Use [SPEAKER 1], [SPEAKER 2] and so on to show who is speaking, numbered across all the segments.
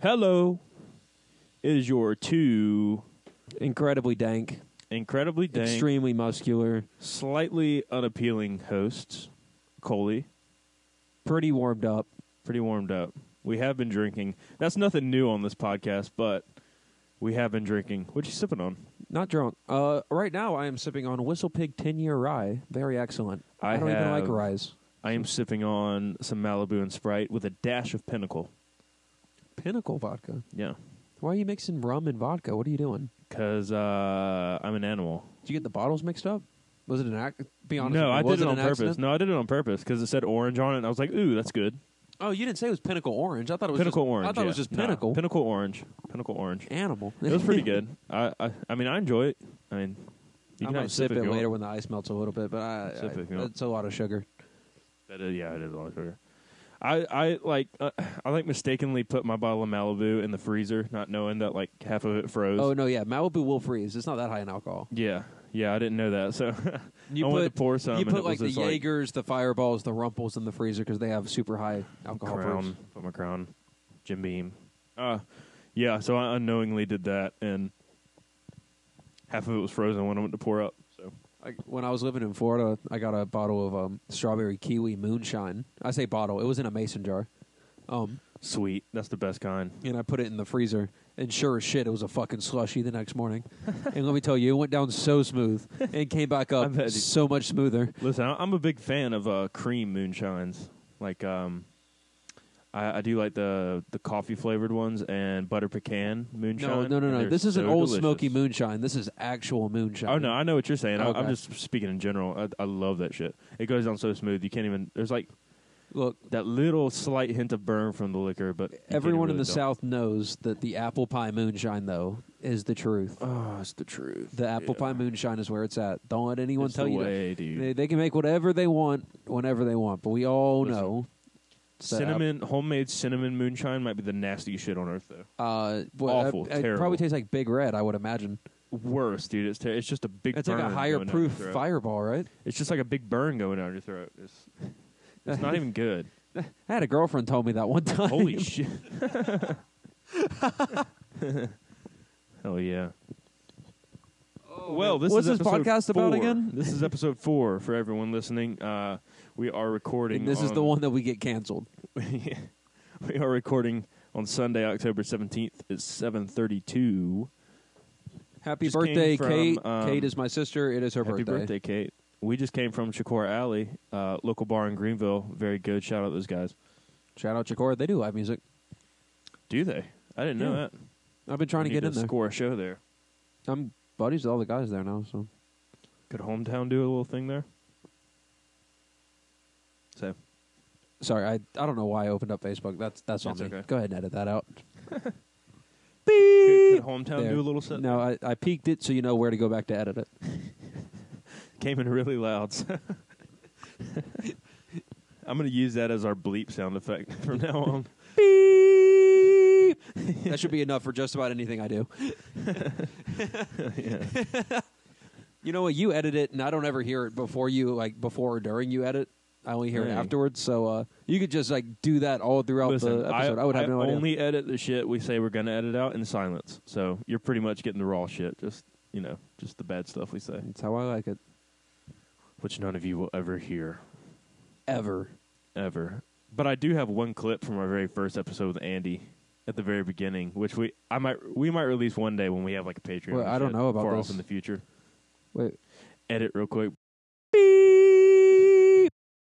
[SPEAKER 1] Hello. It is your two
[SPEAKER 2] Incredibly dank,
[SPEAKER 1] incredibly dank,
[SPEAKER 2] extremely muscular,
[SPEAKER 1] slightly unappealing hosts, Coley.
[SPEAKER 2] pretty warmed up.
[SPEAKER 1] Pretty warmed up. We have been drinking. That's nothing new on this podcast, but we have been drinking. What you sipping on?
[SPEAKER 2] Not drunk. Uh, right now, I am sipping on Whistle Pig 10 year rye. Very excellent.
[SPEAKER 1] I
[SPEAKER 2] don't even
[SPEAKER 1] have-
[SPEAKER 2] like ryes.
[SPEAKER 1] I am sipping on some Malibu and Sprite with a dash of Pinnacle.
[SPEAKER 2] Pinnacle vodka.
[SPEAKER 1] Yeah,
[SPEAKER 2] Why are you mixing rum and vodka? What are you doing?
[SPEAKER 1] because uh, I'm an animal.
[SPEAKER 2] Did you get the bottles mixed up? Was it an act? Be honest.
[SPEAKER 1] no,
[SPEAKER 2] with me.
[SPEAKER 1] I
[SPEAKER 2] Was
[SPEAKER 1] did it on
[SPEAKER 2] an
[SPEAKER 1] purpose.
[SPEAKER 2] accident?
[SPEAKER 1] No, I did it on purpose because it said orange on it, and I was like, "Ooh, that's good."
[SPEAKER 2] Oh, you didn't say it was Pinnacle Orange. I thought it was
[SPEAKER 1] Pinnacle
[SPEAKER 2] just,
[SPEAKER 1] orange.
[SPEAKER 2] I thought
[SPEAKER 1] yeah.
[SPEAKER 2] it was just
[SPEAKER 1] Nah,
[SPEAKER 2] Pinnacle
[SPEAKER 1] Pinnacle orange. Pinnacle orange.
[SPEAKER 2] Animal.
[SPEAKER 1] It was pretty good. I, I I mean I enjoy it. I mean you can
[SPEAKER 2] I
[SPEAKER 1] have a
[SPEAKER 2] might sip
[SPEAKER 1] if
[SPEAKER 2] it
[SPEAKER 1] you
[SPEAKER 2] later
[SPEAKER 1] want.
[SPEAKER 2] when the ice melts a little bit, but I,
[SPEAKER 1] Sip
[SPEAKER 2] I,
[SPEAKER 1] if you want.
[SPEAKER 2] it's a lot of sugar.
[SPEAKER 1] That is, yeah, it is a lot of sugar. I I like uh, I like mistakenly put my bottle of Malibu in the freezer, not knowing that like half of it froze.
[SPEAKER 2] Oh no, yeah, Malibu will freeze. It's not that high in alcohol.
[SPEAKER 1] yeah, yeah, I didn't know that. So I
[SPEAKER 2] You put
[SPEAKER 1] wanted to pour some.
[SPEAKER 2] you
[SPEAKER 1] and
[SPEAKER 2] put
[SPEAKER 1] it
[SPEAKER 2] like
[SPEAKER 1] was just,
[SPEAKER 2] the
[SPEAKER 1] like,
[SPEAKER 2] Jaegers, the Fireballs, the Rumples in the freezer because they have super high alcohol
[SPEAKER 1] crown,
[SPEAKER 2] proofs.
[SPEAKER 1] put my crown, Jim Beam. Uh yeah. So I unknowingly did that, and half of it was frozen when I went to pour up. So
[SPEAKER 2] I, when I was living in Florida, I got a bottle of um, strawberry kiwi moonshine. I say bottle; it was in a mason jar, um,
[SPEAKER 1] sweet. That's the best kind.
[SPEAKER 2] and I put it in the freezer. And sure as shit, it was a fucking slushy the next morning. and let me tell you, it went down so smooth and came back
[SPEAKER 1] I
[SPEAKER 2] up
[SPEAKER 1] bet it-
[SPEAKER 2] so much smoother.
[SPEAKER 1] Listen, I- I'm a big fan of uh, cream moonshines. Like, um, I, I do like the the coffee flavored ones and butter pecan moonshine.
[SPEAKER 2] No, no, no,
[SPEAKER 1] and
[SPEAKER 2] no.
[SPEAKER 1] they're
[SPEAKER 2] This isn't
[SPEAKER 1] so
[SPEAKER 2] old
[SPEAKER 1] delicious.
[SPEAKER 2] smoky moonshine. This is actual moonshine.
[SPEAKER 1] Oh no, I know what you're saying. I, I'm
[SPEAKER 2] Okay.
[SPEAKER 1] just speaking in general. I, I love that shit. It goes down so smooth. You can't even. There's like
[SPEAKER 2] Look,
[SPEAKER 1] that little slight hint of burn from the liquor, but you can't
[SPEAKER 2] everyone in
[SPEAKER 1] really
[SPEAKER 2] the
[SPEAKER 1] tell.
[SPEAKER 2] South knows that the apple pie moonshine, though, is the truth.
[SPEAKER 1] Oh, it's the truth.
[SPEAKER 2] The apple pie moonshine is where it's at. Don't let anyone
[SPEAKER 1] It's
[SPEAKER 2] tell
[SPEAKER 1] the
[SPEAKER 2] you. that.
[SPEAKER 1] way, dude.
[SPEAKER 2] They, they can make whatever they want, whenever they want. But we all
[SPEAKER 1] Listen.
[SPEAKER 2] know it's the app-
[SPEAKER 1] cinnamon, homemade cinnamon moonshine might be the nastiest shit on earth, though.
[SPEAKER 2] Uh, well,
[SPEAKER 1] Awful,
[SPEAKER 2] It, it
[SPEAKER 1] terrible.
[SPEAKER 2] probably tastes like Big Red, I would imagine.
[SPEAKER 1] Worse, dude. It's ter- it's just a big.
[SPEAKER 2] It's like a
[SPEAKER 1] burn
[SPEAKER 2] higher
[SPEAKER 1] going down
[SPEAKER 2] proof
[SPEAKER 1] your throat.
[SPEAKER 2] fireball, right?
[SPEAKER 1] It's just like a big burn going down your throat. It's, it's not even good.
[SPEAKER 2] I had a girlfriend told me that one time.
[SPEAKER 1] Holy shit. Hell yeah. Oh, well, this
[SPEAKER 2] What's
[SPEAKER 1] is
[SPEAKER 2] this
[SPEAKER 1] episode
[SPEAKER 2] podcast about
[SPEAKER 1] four.
[SPEAKER 2] again?
[SPEAKER 1] This is episode four for everyone listening. Uh, we are recording.
[SPEAKER 2] And this is the
[SPEAKER 1] on-
[SPEAKER 2] one that we get canceled.
[SPEAKER 1] we are recording on Sunday, October seventeenth. It's seven thirty-two.
[SPEAKER 2] Happy
[SPEAKER 1] Just came
[SPEAKER 2] birthday,
[SPEAKER 1] from,
[SPEAKER 2] Kate.
[SPEAKER 1] um,
[SPEAKER 2] Kate is my sister. It is her
[SPEAKER 1] Happy birthday, Kate. We just came from Shakur Alley, uh, local bar in Greenville. Very good. Shout out those guys.
[SPEAKER 2] Shout out Chikora. They do live music.
[SPEAKER 1] Do they? I didn't know
[SPEAKER 2] Yeah.
[SPEAKER 1] that.
[SPEAKER 2] I've been trying to
[SPEAKER 1] We need
[SPEAKER 2] get in there.
[SPEAKER 1] Score a show there.
[SPEAKER 2] I'm buddies with all the guys there now, so
[SPEAKER 1] Could hometown do a little thing there? So
[SPEAKER 2] sorry, I I don't know why I opened up Facebook. That's that's on
[SPEAKER 1] That's
[SPEAKER 2] me.
[SPEAKER 1] okay.
[SPEAKER 2] Go ahead and edit that out.
[SPEAKER 1] could, could hometown
[SPEAKER 2] There.
[SPEAKER 1] do a little set?
[SPEAKER 2] No, I, I peaked it so you know where to go back to edit it.
[SPEAKER 1] Came in really loud. so- I'm gonna use that as our bleep sound effect from now on.
[SPEAKER 2] that should be enough for just about anything I do.
[SPEAKER 1] yeah.
[SPEAKER 2] You know what? You edit it, and I don't ever hear it before you like before or during you edit. I only hear
[SPEAKER 1] Dang.
[SPEAKER 2] it afterwards. So uh, you could just like do that all throughout
[SPEAKER 1] Listen,
[SPEAKER 2] the episode. I,
[SPEAKER 1] I,
[SPEAKER 2] would have
[SPEAKER 1] I
[SPEAKER 2] no idea.
[SPEAKER 1] only edit the shit we say we're gonna edit out in silence. So you're pretty much getting the raw shit. Just you know, just the bad stuff we say,
[SPEAKER 2] That's how I like it.
[SPEAKER 1] which none of you will ever hear.
[SPEAKER 2] Ever.
[SPEAKER 1] ever. But I do have one clip from our very first episode with Andy at the very beginning, which we I might we might release one day when we have like a Patreon.
[SPEAKER 2] Well,
[SPEAKER 1] and
[SPEAKER 2] I don't
[SPEAKER 1] shit
[SPEAKER 2] know about
[SPEAKER 1] far off
[SPEAKER 2] this.
[SPEAKER 1] in the future.
[SPEAKER 2] Wait.
[SPEAKER 1] Edit real quick.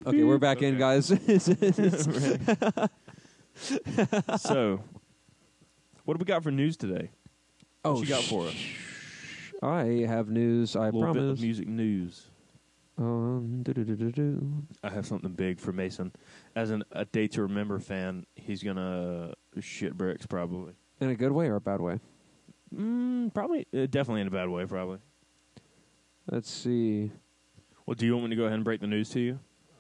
[SPEAKER 2] Okay, we're back in,
[SPEAKER 1] Okay.
[SPEAKER 2] guys.
[SPEAKER 1] so, what do we got for news today?
[SPEAKER 2] oh,
[SPEAKER 1] what you got for us?
[SPEAKER 2] I have news. I
[SPEAKER 1] A little bit
[SPEAKER 2] promise.
[SPEAKER 1] of music news.
[SPEAKER 2] Um, do-do-do-do-do.
[SPEAKER 1] I have something big for Mason. As an a day to remember fan, he's gonna shit bricks probably.
[SPEAKER 2] In a good way or a bad way?
[SPEAKER 1] Mm, probably, uh, definitely in a bad way. Probably.
[SPEAKER 2] Let's see.
[SPEAKER 1] Well, do you want me to go ahead and break the news to you?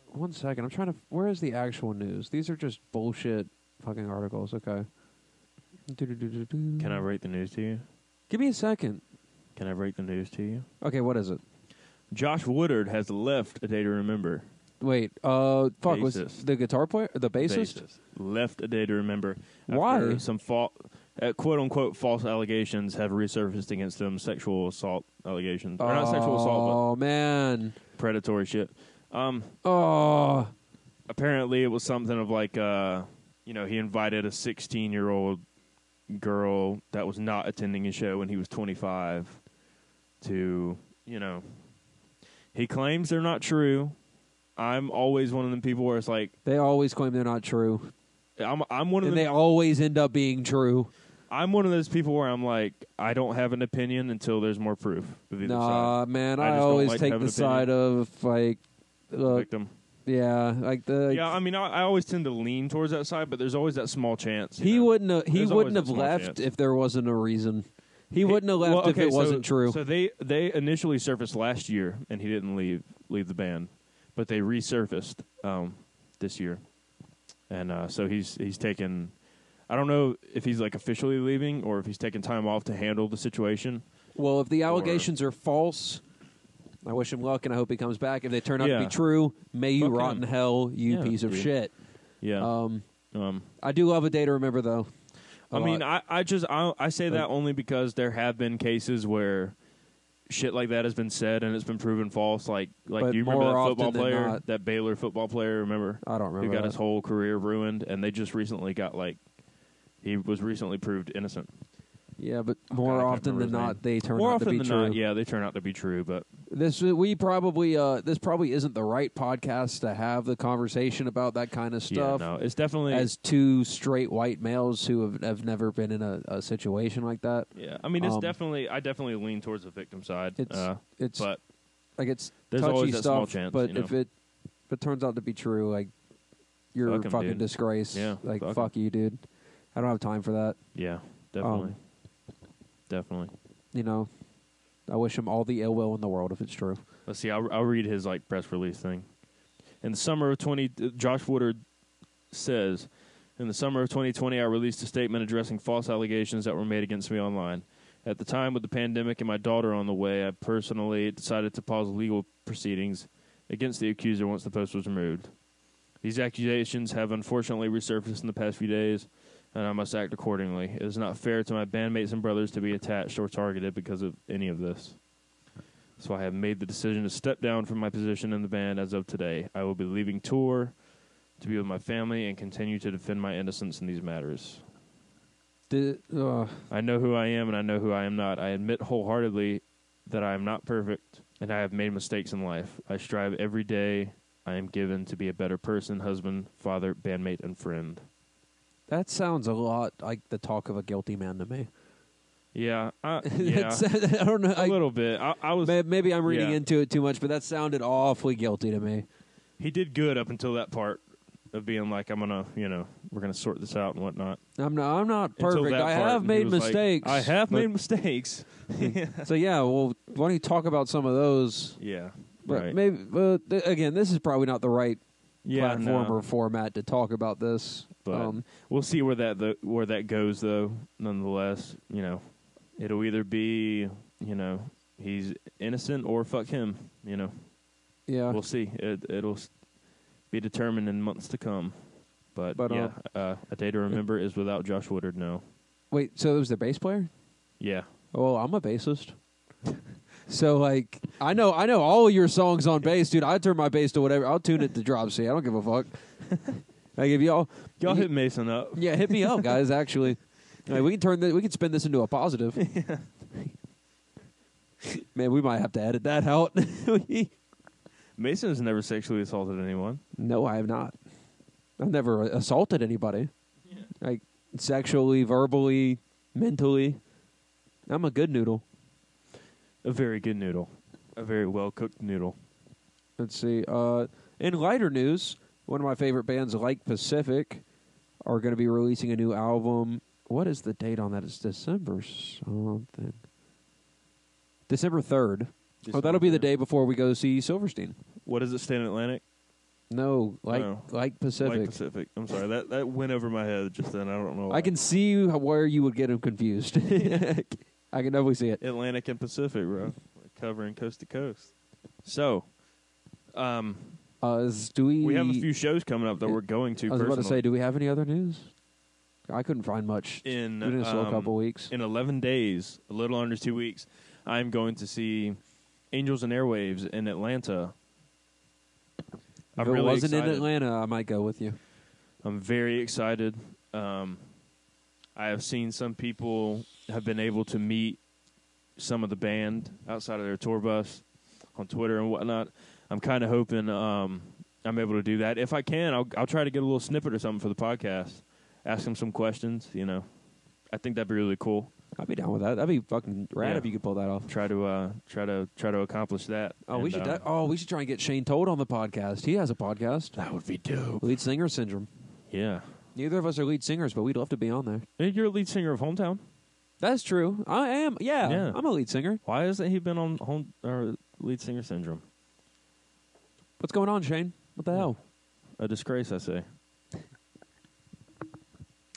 [SPEAKER 2] One second. I'm trying to. Where is the actual news? These are just bullshit fucking articles. Okay. Do-do-do-do-do.
[SPEAKER 1] Can I break the news to you?
[SPEAKER 2] Give me a second.
[SPEAKER 1] Can I break the news to you?
[SPEAKER 2] Okay, what is it?
[SPEAKER 1] Josh Woodard has left A Day to Remember.
[SPEAKER 2] Wait, uh, fuck, was
[SPEAKER 1] Bassist.
[SPEAKER 2] the guitar player, the bassist?
[SPEAKER 1] Bassist. Left a day to remember. after
[SPEAKER 2] Why?
[SPEAKER 1] Some fa- uh, quote unquote false allegations have resurfaced against them. Sexual assault allegations.
[SPEAKER 2] Oh
[SPEAKER 1] Or not sexual assault,
[SPEAKER 2] man,
[SPEAKER 1] but predatory shit. Um,
[SPEAKER 2] oh,
[SPEAKER 1] apparently it was something of like, uh, you know, he invited a 16 year old girl that was not attending his show when he was 25 to, you know, he claims they're not true. I'm always one of them people where it's like,
[SPEAKER 2] they always claim they're not true,
[SPEAKER 1] I'm I'm one of
[SPEAKER 2] and
[SPEAKER 1] them
[SPEAKER 2] they always end up being true.
[SPEAKER 1] I'm one of those people where I'm like, I don't have an opinion until there's more proof of either
[SPEAKER 2] Nah, man,
[SPEAKER 1] I
[SPEAKER 2] I,
[SPEAKER 1] just don't
[SPEAKER 2] always
[SPEAKER 1] like
[SPEAKER 2] take
[SPEAKER 1] having
[SPEAKER 2] the
[SPEAKER 1] an
[SPEAKER 2] side of like,
[SPEAKER 1] side.
[SPEAKER 2] look,
[SPEAKER 1] Victim.
[SPEAKER 2] yeah, like the
[SPEAKER 1] yeah, I mean, I, I always tend to lean towards that side, but there's always that small chance. you
[SPEAKER 2] he
[SPEAKER 1] know?
[SPEAKER 2] wouldn't have, he
[SPEAKER 1] There's
[SPEAKER 2] wouldn't
[SPEAKER 1] always a
[SPEAKER 2] have
[SPEAKER 1] small
[SPEAKER 2] left
[SPEAKER 1] chance.
[SPEAKER 2] if there wasn't a reason. He, wouldn't have left
[SPEAKER 1] Well,
[SPEAKER 2] if
[SPEAKER 1] okay,
[SPEAKER 2] it
[SPEAKER 1] so-
[SPEAKER 2] wasn't true.
[SPEAKER 1] So they they initially surfaced last year, and he didn't leave leave the band, but they resurfaced um, this year, and uh, so he's he's taken. I don't know if he's like officially leaving or if he's taking time off to handle the situation.
[SPEAKER 2] Well, if the allegations are false, I wish him luck, and I hope he comes back. If they turn out to
[SPEAKER 1] Yeah.
[SPEAKER 2] be true, may you
[SPEAKER 1] Fuck
[SPEAKER 2] rot
[SPEAKER 1] him.
[SPEAKER 2] in hell, you
[SPEAKER 1] Yeah,
[SPEAKER 2] piece of
[SPEAKER 1] dude.
[SPEAKER 2] shit.
[SPEAKER 1] Yeah.
[SPEAKER 2] Um,
[SPEAKER 1] um,
[SPEAKER 2] I do love a day to remember, though. I
[SPEAKER 1] I mean, I, I just I, I say that
[SPEAKER 2] Like-
[SPEAKER 1] only because there have been cases where shit like that has been said and it's been proven false. Like like
[SPEAKER 2] But
[SPEAKER 1] do you
[SPEAKER 2] more
[SPEAKER 1] remember that
[SPEAKER 2] often
[SPEAKER 1] football
[SPEAKER 2] than
[SPEAKER 1] player,
[SPEAKER 2] not-
[SPEAKER 1] that Baylor football player, remember,
[SPEAKER 2] I don't remember
[SPEAKER 1] who got
[SPEAKER 2] that.
[SPEAKER 1] his whole career ruined, and they just recently got like he was recently proved innocent.
[SPEAKER 2] yeah, but
[SPEAKER 1] Oh, God, I
[SPEAKER 2] more
[SPEAKER 1] can't
[SPEAKER 2] often
[SPEAKER 1] remember
[SPEAKER 2] than
[SPEAKER 1] his
[SPEAKER 2] not,
[SPEAKER 1] name.
[SPEAKER 2] they turn
[SPEAKER 1] More
[SPEAKER 2] out
[SPEAKER 1] often
[SPEAKER 2] to be
[SPEAKER 1] than
[SPEAKER 2] true.
[SPEAKER 1] not, yeah, they turn out to be true. But
[SPEAKER 2] This we probably uh, this probably isn't the right podcast to have the conversation about that kind of stuff.
[SPEAKER 1] yeah, no, it's definitely
[SPEAKER 2] As two straight white males who have, have never been in a, a situation like that,
[SPEAKER 1] yeah. I mean, it's
[SPEAKER 2] um,
[SPEAKER 1] definitely I definitely lean towards the victim side.
[SPEAKER 2] it's
[SPEAKER 1] uh,
[SPEAKER 2] it's
[SPEAKER 1] but
[SPEAKER 2] like it's
[SPEAKER 1] There's
[SPEAKER 2] touchy
[SPEAKER 1] always
[SPEAKER 2] stuff,
[SPEAKER 1] that small chance,
[SPEAKER 2] but
[SPEAKER 1] you know?
[SPEAKER 2] if it if it turns out to be true, like you're
[SPEAKER 1] Fuck 'em,
[SPEAKER 2] a fucking
[SPEAKER 1] dude.
[SPEAKER 2] disgrace.
[SPEAKER 1] Yeah,
[SPEAKER 2] like
[SPEAKER 1] fuck 'em.
[SPEAKER 2] fuck, you, dude. I don't have time for that.
[SPEAKER 1] yeah, definitely, definitely.
[SPEAKER 2] You know, I wish him all the ill will in the world if it's true.
[SPEAKER 1] Let's see. I'll, I'll read his like press release thing. In the summer of twenty, uh, Josh Woodard says, "In the summer of 2020, I released a statement addressing false allegations that were made against me online. At the time, with the pandemic and my daughter on the way, I personally decided to pause legal proceedings against the accuser once the post was removed. These accusations have unfortunately resurfaced in the past few days." And I must act accordingly. It is not fair to my bandmates and brothers to be attached or targeted because of any of this. So I have made the decision to step down from my position in the band as of today. I will be leaving tour to be with my family and continue to defend my innocence in these matters.
[SPEAKER 2] Did, uh,
[SPEAKER 1] I know who I am and I know who I am not. I admit wholeheartedly that I am not perfect and I have made mistakes in life. I strive every day I am given to be a better person, husband, father, bandmate, and friend.
[SPEAKER 2] that sounds a lot like the talk of a guilty man to me.
[SPEAKER 1] Yeah, I, yeah,
[SPEAKER 2] It's- I don't know.
[SPEAKER 1] a
[SPEAKER 2] I-
[SPEAKER 1] little bit. I, I was.
[SPEAKER 2] may- maybe I'm reading
[SPEAKER 1] yeah.
[SPEAKER 2] into it too much, but that sounded awfully guilty to me.
[SPEAKER 1] He did good up until that part of being like, I'm gonna, you know, we're gonna sort this out and whatnot.
[SPEAKER 2] I'm not. I'm not
[SPEAKER 1] until
[SPEAKER 2] perfect.
[SPEAKER 1] that
[SPEAKER 2] I
[SPEAKER 1] part,
[SPEAKER 2] have
[SPEAKER 1] and he
[SPEAKER 2] made
[SPEAKER 1] was like,
[SPEAKER 2] mistakes.
[SPEAKER 1] I have
[SPEAKER 2] but-
[SPEAKER 1] made mistakes.
[SPEAKER 2] So yeah. Well, why don't you talk about some of those?
[SPEAKER 1] Yeah.
[SPEAKER 2] But
[SPEAKER 1] right.
[SPEAKER 2] maybe. But th- again, this is probably not the right
[SPEAKER 1] yeah,
[SPEAKER 2] platform
[SPEAKER 1] no,
[SPEAKER 2] or format to talk about this.
[SPEAKER 1] but
[SPEAKER 2] um,
[SPEAKER 1] we'll see where that the, where that goes though. Nonetheless, you know, it'll either be you know he's innocent or fuck him. You know,
[SPEAKER 2] yeah,
[SPEAKER 1] we'll see. It, it'll s- be determined in months to come. But,
[SPEAKER 2] But,
[SPEAKER 1] yeah, uh, a day to remember is without Josh Woodard. No.
[SPEAKER 2] wait. So it was the bass player.
[SPEAKER 1] Yeah.
[SPEAKER 2] Oh, I'm a bassist. so like, I know, I know all your songs on bass, dude. I turn my bass to whatever. I'll tune it to drop C. I don't give a fuck. I give y'all,
[SPEAKER 1] Y'all hit Mason up.
[SPEAKER 2] yeah, hit me up, guys. Actually, Like, we can turn this, we can spin this into a positive. Man, we might have to edit that out.
[SPEAKER 1] Mason has never sexually assaulted anyone.
[SPEAKER 2] no, I have not. I've never assaulted anybody. like sexually, verbally, mentally. I'm a good noodle.
[SPEAKER 1] A very good noodle. A very well cooked noodle.
[SPEAKER 2] Let's see. Uh, in lighter news, one of my favorite bands, Like Pacific, are going to be releasing a new album. What is the date on that? It's December something. December third. Oh, that'll be the day before we go see Silverstein.
[SPEAKER 1] What does it stand in Atlantic?
[SPEAKER 2] No, like
[SPEAKER 1] Oh.
[SPEAKER 2] like
[SPEAKER 1] Like
[SPEAKER 2] Pacific.
[SPEAKER 1] Pacific. I'm sorry. That that went over my head just then. I don't know. why.
[SPEAKER 2] I can see you- where you would get them confused. I can definitely see it.
[SPEAKER 1] Atlantic and Pacific, bro. We're covering coast to coast. So, um,
[SPEAKER 2] Uh, is, do we?
[SPEAKER 1] We have a few shows coming up that we're going to.
[SPEAKER 2] I was about to
[SPEAKER 1] personally.
[SPEAKER 2] say, do we have any other news? I couldn't find much.
[SPEAKER 1] in
[SPEAKER 2] we didn't slow a
[SPEAKER 1] um,
[SPEAKER 2] couple weeks.
[SPEAKER 1] in 11 days, a little under two weeks, I'm going to see Angels and Airwaves in Atlanta. I'm
[SPEAKER 2] if it
[SPEAKER 1] really
[SPEAKER 2] wasn't
[SPEAKER 1] excited.
[SPEAKER 2] in Atlanta, I might go with you.
[SPEAKER 1] I'm very excited. Um, I have seen some people have been able to meet some of the band outside of their tour bus on Twitter and whatnot. I'm kind of hoping um, I'm able to do that. If I can, I'll, I'll try to get a little snippet or something for the podcast. Ask them some questions. You know, I think that'd be really cool.
[SPEAKER 2] I'd be down with that. That'd be fucking rad
[SPEAKER 1] Yeah.
[SPEAKER 2] if you could pull that off.
[SPEAKER 1] Try to uh, try to try to accomplish that.
[SPEAKER 2] Oh, we
[SPEAKER 1] And,
[SPEAKER 2] should.
[SPEAKER 1] uh,
[SPEAKER 2] de- oh, we should try and get Shane Told on the podcast. He has a podcast.
[SPEAKER 1] that would be dope.
[SPEAKER 2] Lead singer syndrome.
[SPEAKER 1] Yeah,
[SPEAKER 2] Neither of us are lead singers, but we'd love to be on there.
[SPEAKER 1] And you're a lead singer of Hometown.
[SPEAKER 2] That's true. I am. Yeah,
[SPEAKER 1] Yeah.
[SPEAKER 2] I'm a lead singer.
[SPEAKER 1] Why hasn't he been on home or lead singer syndrome?
[SPEAKER 2] What's going on, Shane? What the hell?
[SPEAKER 1] A disgrace, I say.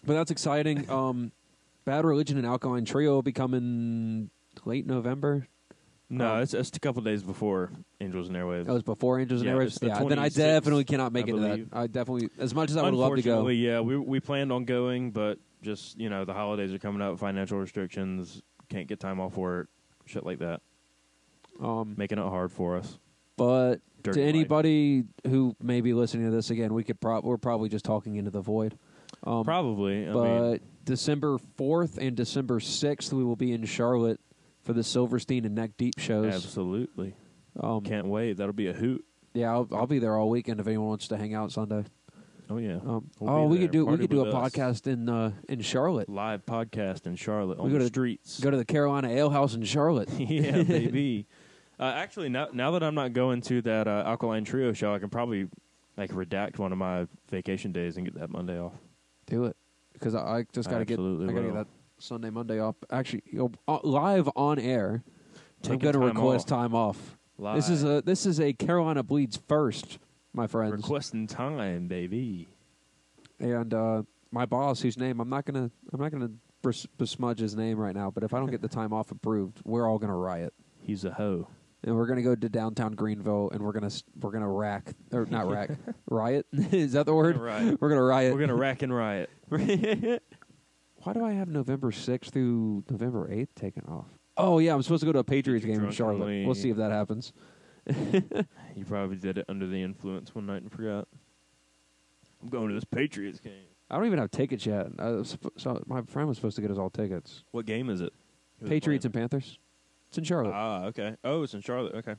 [SPEAKER 2] But that's exciting. Um, Bad Religion and Alkaline Trio will be coming late November.
[SPEAKER 1] No,
[SPEAKER 2] Oh.
[SPEAKER 1] it's, it's a couple days before Angels and Airwaves.
[SPEAKER 2] That was before Angels and
[SPEAKER 1] Yeah,
[SPEAKER 2] Airwaves.
[SPEAKER 1] it's the
[SPEAKER 2] yeah, then I
[SPEAKER 1] 26th,
[SPEAKER 2] definitely cannot make
[SPEAKER 1] I
[SPEAKER 2] it to that.
[SPEAKER 1] believe.
[SPEAKER 2] I definitely, as much as I would love to go.
[SPEAKER 1] Unfortunately, yeah, we we planned on going, but just you know the holidays are coming up, financial restrictions, can't get time off work, shit like that,
[SPEAKER 2] Um,
[SPEAKER 1] making it hard for us.
[SPEAKER 2] but
[SPEAKER 1] Dirty
[SPEAKER 2] to
[SPEAKER 1] life.
[SPEAKER 2] anybody who may be listening to this again, we could prob- we're probably just talking into the void. Um,
[SPEAKER 1] Probably, I
[SPEAKER 2] but
[SPEAKER 1] mean,
[SPEAKER 2] December 4th and December 6th, we will be in Charlotte for the Silverstein and Neck Deep shows.
[SPEAKER 1] absolutely
[SPEAKER 2] Um,
[SPEAKER 1] can't wait. That'll be a hoot.
[SPEAKER 2] yeah, I'll, I'll be there all weekend if anyone wants to hang out Sunday.
[SPEAKER 1] Oh yeah,
[SPEAKER 2] Um,
[SPEAKER 1] We'll
[SPEAKER 2] oh,
[SPEAKER 1] be
[SPEAKER 2] we
[SPEAKER 1] there.
[SPEAKER 2] could do we
[SPEAKER 1] Party
[SPEAKER 2] could do a
[SPEAKER 1] with us.
[SPEAKER 2] podcast in uh, in Charlotte.
[SPEAKER 1] live podcast in Charlotte
[SPEAKER 2] We
[SPEAKER 1] on
[SPEAKER 2] go
[SPEAKER 1] the
[SPEAKER 2] to-
[SPEAKER 1] streets.
[SPEAKER 2] Go to the Carolina Ale House in Charlotte.
[SPEAKER 1] yeah, baby. Uh, actually, now now that I'm not going to that uh, Alkaline Trio show, I can probably like redact one of my vacation days and get that Monday off.
[SPEAKER 2] do it because I, I just
[SPEAKER 1] I
[SPEAKER 2] got to get I
[SPEAKER 1] absolutely
[SPEAKER 2] got to get
[SPEAKER 1] will.
[SPEAKER 2] that Sunday Monday off. Actually, you know, uh, live on air. I'm
[SPEAKER 1] Taking
[SPEAKER 2] going to
[SPEAKER 1] time
[SPEAKER 2] request
[SPEAKER 1] off.
[SPEAKER 2] time off.
[SPEAKER 1] Live.
[SPEAKER 2] This is a this is a Carolina bleeds first, my friends.
[SPEAKER 1] requesting time, baby.
[SPEAKER 2] and uh, my boss, whose name I'm not gonna I'm not gonna bes- besmudge his name right now, but if I don't get the time off approved, we're all gonna riot,
[SPEAKER 1] He's a hoe.
[SPEAKER 2] and we're gonna go to downtown Greenville, and we're gonna s- we're gonna rack or not rack riot is that the word?
[SPEAKER 1] Right.
[SPEAKER 2] We're gonna riot.
[SPEAKER 1] We're gonna rack and riot.
[SPEAKER 2] Why do I have November 6th through November 8th taken off? Oh yeah, I'm supposed to go to a Patriots
[SPEAKER 1] Did you
[SPEAKER 2] game in Charlotte.
[SPEAKER 1] drunkenly-
[SPEAKER 2] We'll see if that happens.
[SPEAKER 1] you probably did it under the influence one night and forgot. I'm going to this Patriots game.
[SPEAKER 2] I don't even have tickets yet. I was sp- so my friend was supposed to get us all tickets.
[SPEAKER 1] What game is it? Who's
[SPEAKER 2] Patriots
[SPEAKER 1] playing?
[SPEAKER 2] and Panthers. It's in Charlotte.
[SPEAKER 1] Ah, okay. Oh, it's in Charlotte. Okay. I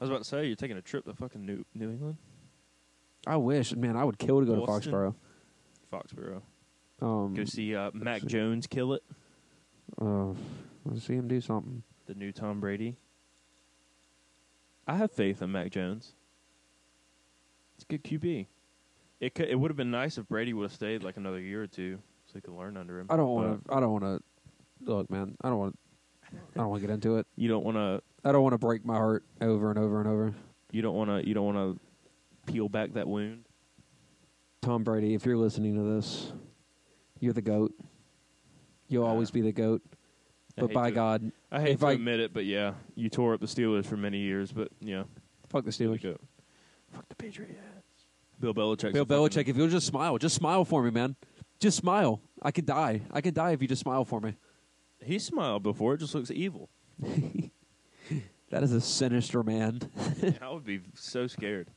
[SPEAKER 1] was about to say you're taking a trip to fucking New New England,
[SPEAKER 2] I wish, man, I would kill to go
[SPEAKER 1] Boston?
[SPEAKER 2] to Foxborough.
[SPEAKER 1] Foxborough.
[SPEAKER 2] Um,
[SPEAKER 1] Go see uh, Mac
[SPEAKER 2] see.
[SPEAKER 1] Jones kill it.
[SPEAKER 2] Uh, let's see him do something.
[SPEAKER 1] The new Tom Brady. I have faith in Mac Jones. It's a good QB. It could, it would have been nice if Brady would have stayed like another year or two so he could learn under him.
[SPEAKER 2] I don't
[SPEAKER 1] But
[SPEAKER 2] want to. I don't want to. Look, man, I don't want. I don't want to get into it.
[SPEAKER 1] You don't want to.
[SPEAKER 2] I don't want to break my heart over and over and over.
[SPEAKER 1] You don't want to. You don't want to peel back that wound.
[SPEAKER 2] Tom Brady, if you're listening to this, you're the goat. You'll
[SPEAKER 1] Yeah.
[SPEAKER 2] always be the goat.
[SPEAKER 1] I
[SPEAKER 2] But
[SPEAKER 1] hate
[SPEAKER 2] by
[SPEAKER 1] to-
[SPEAKER 2] God,
[SPEAKER 1] I hate
[SPEAKER 2] if
[SPEAKER 1] to
[SPEAKER 2] I-
[SPEAKER 1] admit it, but yeah, you tore up the Steelers for many years. But yeah,
[SPEAKER 2] fuck the
[SPEAKER 1] you
[SPEAKER 2] Steelers.
[SPEAKER 1] go. Fuck the Patriots. Bill Belichick.
[SPEAKER 2] Bill Belichick, if you'll just smile, just smile for me, man. Just smile. I could die. I could die if you just smile for me.
[SPEAKER 1] He smiled before. It just looks evil.
[SPEAKER 2] That is a sinister man.
[SPEAKER 1] I would be so scared.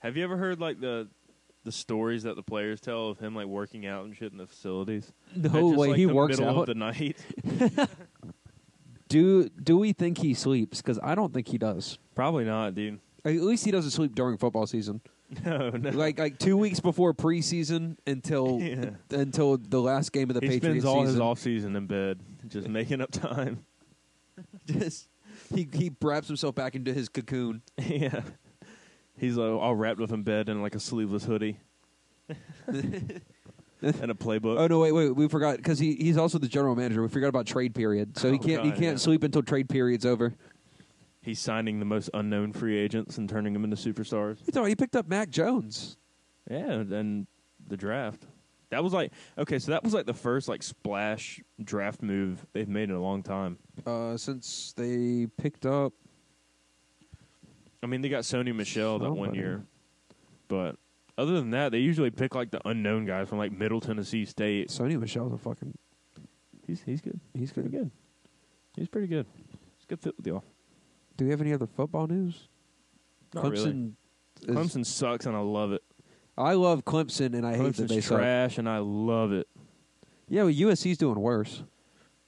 [SPEAKER 1] Have you ever heard like the the stories that the players tell of him like working out and shit in the facilities? At
[SPEAKER 2] no
[SPEAKER 1] just,
[SPEAKER 2] way,
[SPEAKER 1] like,
[SPEAKER 2] he
[SPEAKER 1] the
[SPEAKER 2] works
[SPEAKER 1] middle
[SPEAKER 2] out.
[SPEAKER 1] of the night.
[SPEAKER 2] do do we think he sleeps? Because I don't think he does.
[SPEAKER 1] Probably not, dude.
[SPEAKER 2] At least he doesn't sleep during football season.
[SPEAKER 1] No, no.
[SPEAKER 2] like like two weeks before preseason until
[SPEAKER 1] Yeah.
[SPEAKER 2] until the last game of the
[SPEAKER 1] he
[SPEAKER 2] Patriots
[SPEAKER 1] spends all
[SPEAKER 2] season.
[SPEAKER 1] his off season in bed, just making up time.
[SPEAKER 2] just he he wraps himself back into his cocoon.
[SPEAKER 1] yeah, he's uh, all wrapped up in bed in like a sleeveless hoodie and a playbook.
[SPEAKER 2] Oh no, wait, wait, we forgot because he he's also the general manager. We forgot about trade period, so
[SPEAKER 1] Oh,
[SPEAKER 2] he can't he
[SPEAKER 1] God,
[SPEAKER 2] can't
[SPEAKER 1] yeah.
[SPEAKER 2] sleep until trade period's over.
[SPEAKER 1] He's signing the most unknown free agents and turning them into superstars.
[SPEAKER 2] He's all, he picked up Mac Jones.
[SPEAKER 1] Yeah, and the draft. That was like okay, so that was like the first like splash draft move they've made in a long time.
[SPEAKER 2] Uh, since they picked up,
[SPEAKER 1] I mean, they got Sony Michelle that one
[SPEAKER 2] Somebody.
[SPEAKER 1] year, But other than that, they usually pick like the unknown guys from like Middle Tennessee State.
[SPEAKER 2] Sony Michelle's a fucking.
[SPEAKER 1] He's he's good.
[SPEAKER 2] He's
[SPEAKER 1] Pretty
[SPEAKER 2] good.
[SPEAKER 1] good. He's pretty good. He's a good fit with y'all.
[SPEAKER 2] Do we have any other football news?
[SPEAKER 1] Not
[SPEAKER 2] Clemson.
[SPEAKER 1] really.
[SPEAKER 2] Is,
[SPEAKER 1] Clemson sucks and I love it.
[SPEAKER 2] I love Clemson, and I hate that they
[SPEAKER 1] Clemson's
[SPEAKER 2] suck.
[SPEAKER 1] trash and I love it.
[SPEAKER 2] Yeah, but USC's doing worse.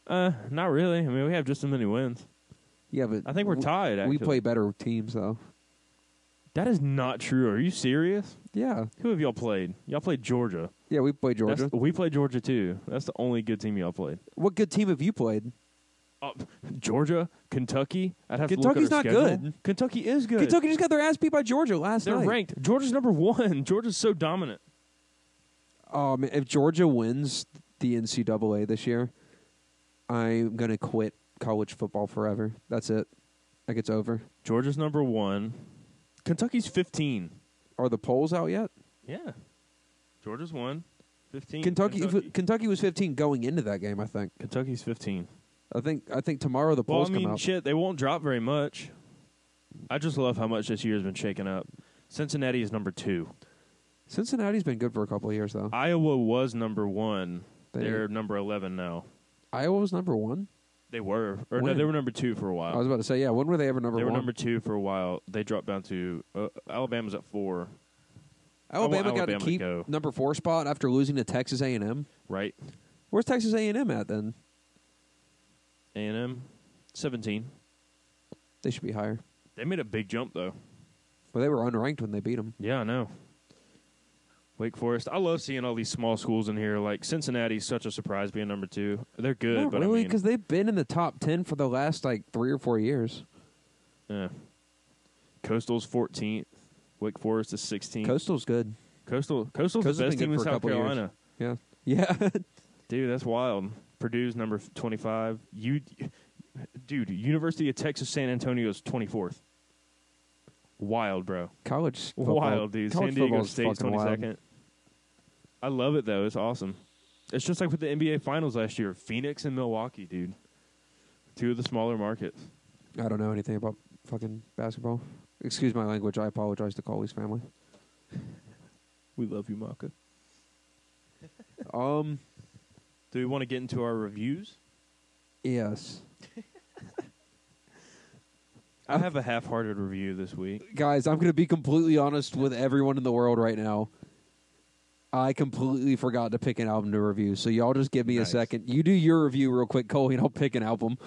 [SPEAKER 1] Uh, not really. I mean, we have just as many wins.
[SPEAKER 2] Yeah, but
[SPEAKER 1] I think we're
[SPEAKER 2] w-
[SPEAKER 1] tied. Actually.
[SPEAKER 2] We play better teams though.
[SPEAKER 1] That is not true. Are you serious?
[SPEAKER 2] Yeah,
[SPEAKER 1] Who have y'all played? Y'all played Georgia.
[SPEAKER 2] yeah, we play Georgia.
[SPEAKER 1] That's- we played Georgia too. That's the only good team y'all played.
[SPEAKER 2] what good team have you played?
[SPEAKER 1] Uh, Georgia, Kentucky. I'd have
[SPEAKER 2] Kentucky's
[SPEAKER 1] to
[SPEAKER 2] not
[SPEAKER 1] look at our schedule.
[SPEAKER 2] good.
[SPEAKER 1] Kentucky is good.
[SPEAKER 2] Kentucky just got their ass beat by Georgia last
[SPEAKER 1] They're
[SPEAKER 2] night.
[SPEAKER 1] ranked. Georgia's number one. Georgia's so dominant.
[SPEAKER 2] Um, if Georgia wins the NCAA this year, I'm gonna quit college football forever. That's it. Like it's over.
[SPEAKER 1] Georgia's number one. Kentucky's fifteen.
[SPEAKER 2] Are the polls out yet?
[SPEAKER 1] Yeah. Georgia's one. Fifteen.
[SPEAKER 2] Kentucky. if- Kentucky. was 15 going into that game. I think.
[SPEAKER 1] Kentucky's fifteen.
[SPEAKER 2] I think. I think tomorrow the
[SPEAKER 1] Well, I
[SPEAKER 2] polls
[SPEAKER 1] mean,
[SPEAKER 2] come out.
[SPEAKER 1] shit, they won't drop very much. I just love how much this year's been shaken up. Cincinnati is number two.
[SPEAKER 2] Cincinnati's been good for a couple of years though.
[SPEAKER 1] Iowa was number one.
[SPEAKER 2] They-
[SPEAKER 1] They, are number eleven now.
[SPEAKER 2] Iowa was number one.
[SPEAKER 1] They were, or no,
[SPEAKER 2] When?
[SPEAKER 1] they were number two for a while.
[SPEAKER 2] I was about to say yeah. When were they ever number
[SPEAKER 1] Uh, they were
[SPEAKER 2] one?
[SPEAKER 1] number two for a while. They dropped down to uh, Alabama's at four, I
[SPEAKER 2] Alabama
[SPEAKER 1] want
[SPEAKER 2] got to
[SPEAKER 1] Oh, Alabama
[SPEAKER 2] keep
[SPEAKER 1] to go.
[SPEAKER 2] number four spot after losing to Texas A&M.
[SPEAKER 1] right?
[SPEAKER 2] Where's Texas A&M at then?
[SPEAKER 1] A and M, seventeen.
[SPEAKER 2] They should be higher.
[SPEAKER 1] They made a big jump though.
[SPEAKER 2] Well, they were unranked when they beat them.
[SPEAKER 1] Yeah, I know. Wake Forest. I love seeing all these small schools in here. Like Cincinnati's such a surprise being number two. They're good,
[SPEAKER 2] Not
[SPEAKER 1] but
[SPEAKER 2] really,
[SPEAKER 1] I mean,
[SPEAKER 2] because they've been in the top ten for the last like three or four years.
[SPEAKER 1] yeah. Coastal's fourteenth. Wake Forest is sixteenth.
[SPEAKER 2] Coastal's good.
[SPEAKER 1] Coastal. Coastal's
[SPEAKER 2] Coastal's
[SPEAKER 1] the
[SPEAKER 2] been
[SPEAKER 1] best
[SPEAKER 2] good
[SPEAKER 1] team in
[SPEAKER 2] for a
[SPEAKER 1] South
[SPEAKER 2] couple years.
[SPEAKER 1] Carolina.
[SPEAKER 2] Yeah, yeah.
[SPEAKER 1] Dude, that's wild. Purdue's number twenty five. You, dude, University of Texas San Antonio is twenty fourth. Wild, bro.
[SPEAKER 2] College football.
[SPEAKER 1] Wild, dude.
[SPEAKER 2] College
[SPEAKER 1] San Diego
[SPEAKER 2] football's
[SPEAKER 1] State's
[SPEAKER 2] fucking
[SPEAKER 1] twenty
[SPEAKER 2] wild.
[SPEAKER 1] second. I love it though. It's awesome. It's just like with the NBA Finals last year. Phoenix and Milwaukee, dude. Two of the smaller markets.
[SPEAKER 2] I don't know anything about fucking basketball. Excuse my language. I apologize to Coley's family.
[SPEAKER 1] We love you, Maka.
[SPEAKER 2] Um.
[SPEAKER 1] Do we want to get into our reviews?
[SPEAKER 2] Yes,
[SPEAKER 1] I have a half hearted review this week.
[SPEAKER 2] guys. I'm gonna be completely honest with everyone in the world right now. I completely forgot to pick an album to review. So y'all just give me a
[SPEAKER 1] Nice.
[SPEAKER 2] second. You do your review real quick, Coley, and I'll pick an album.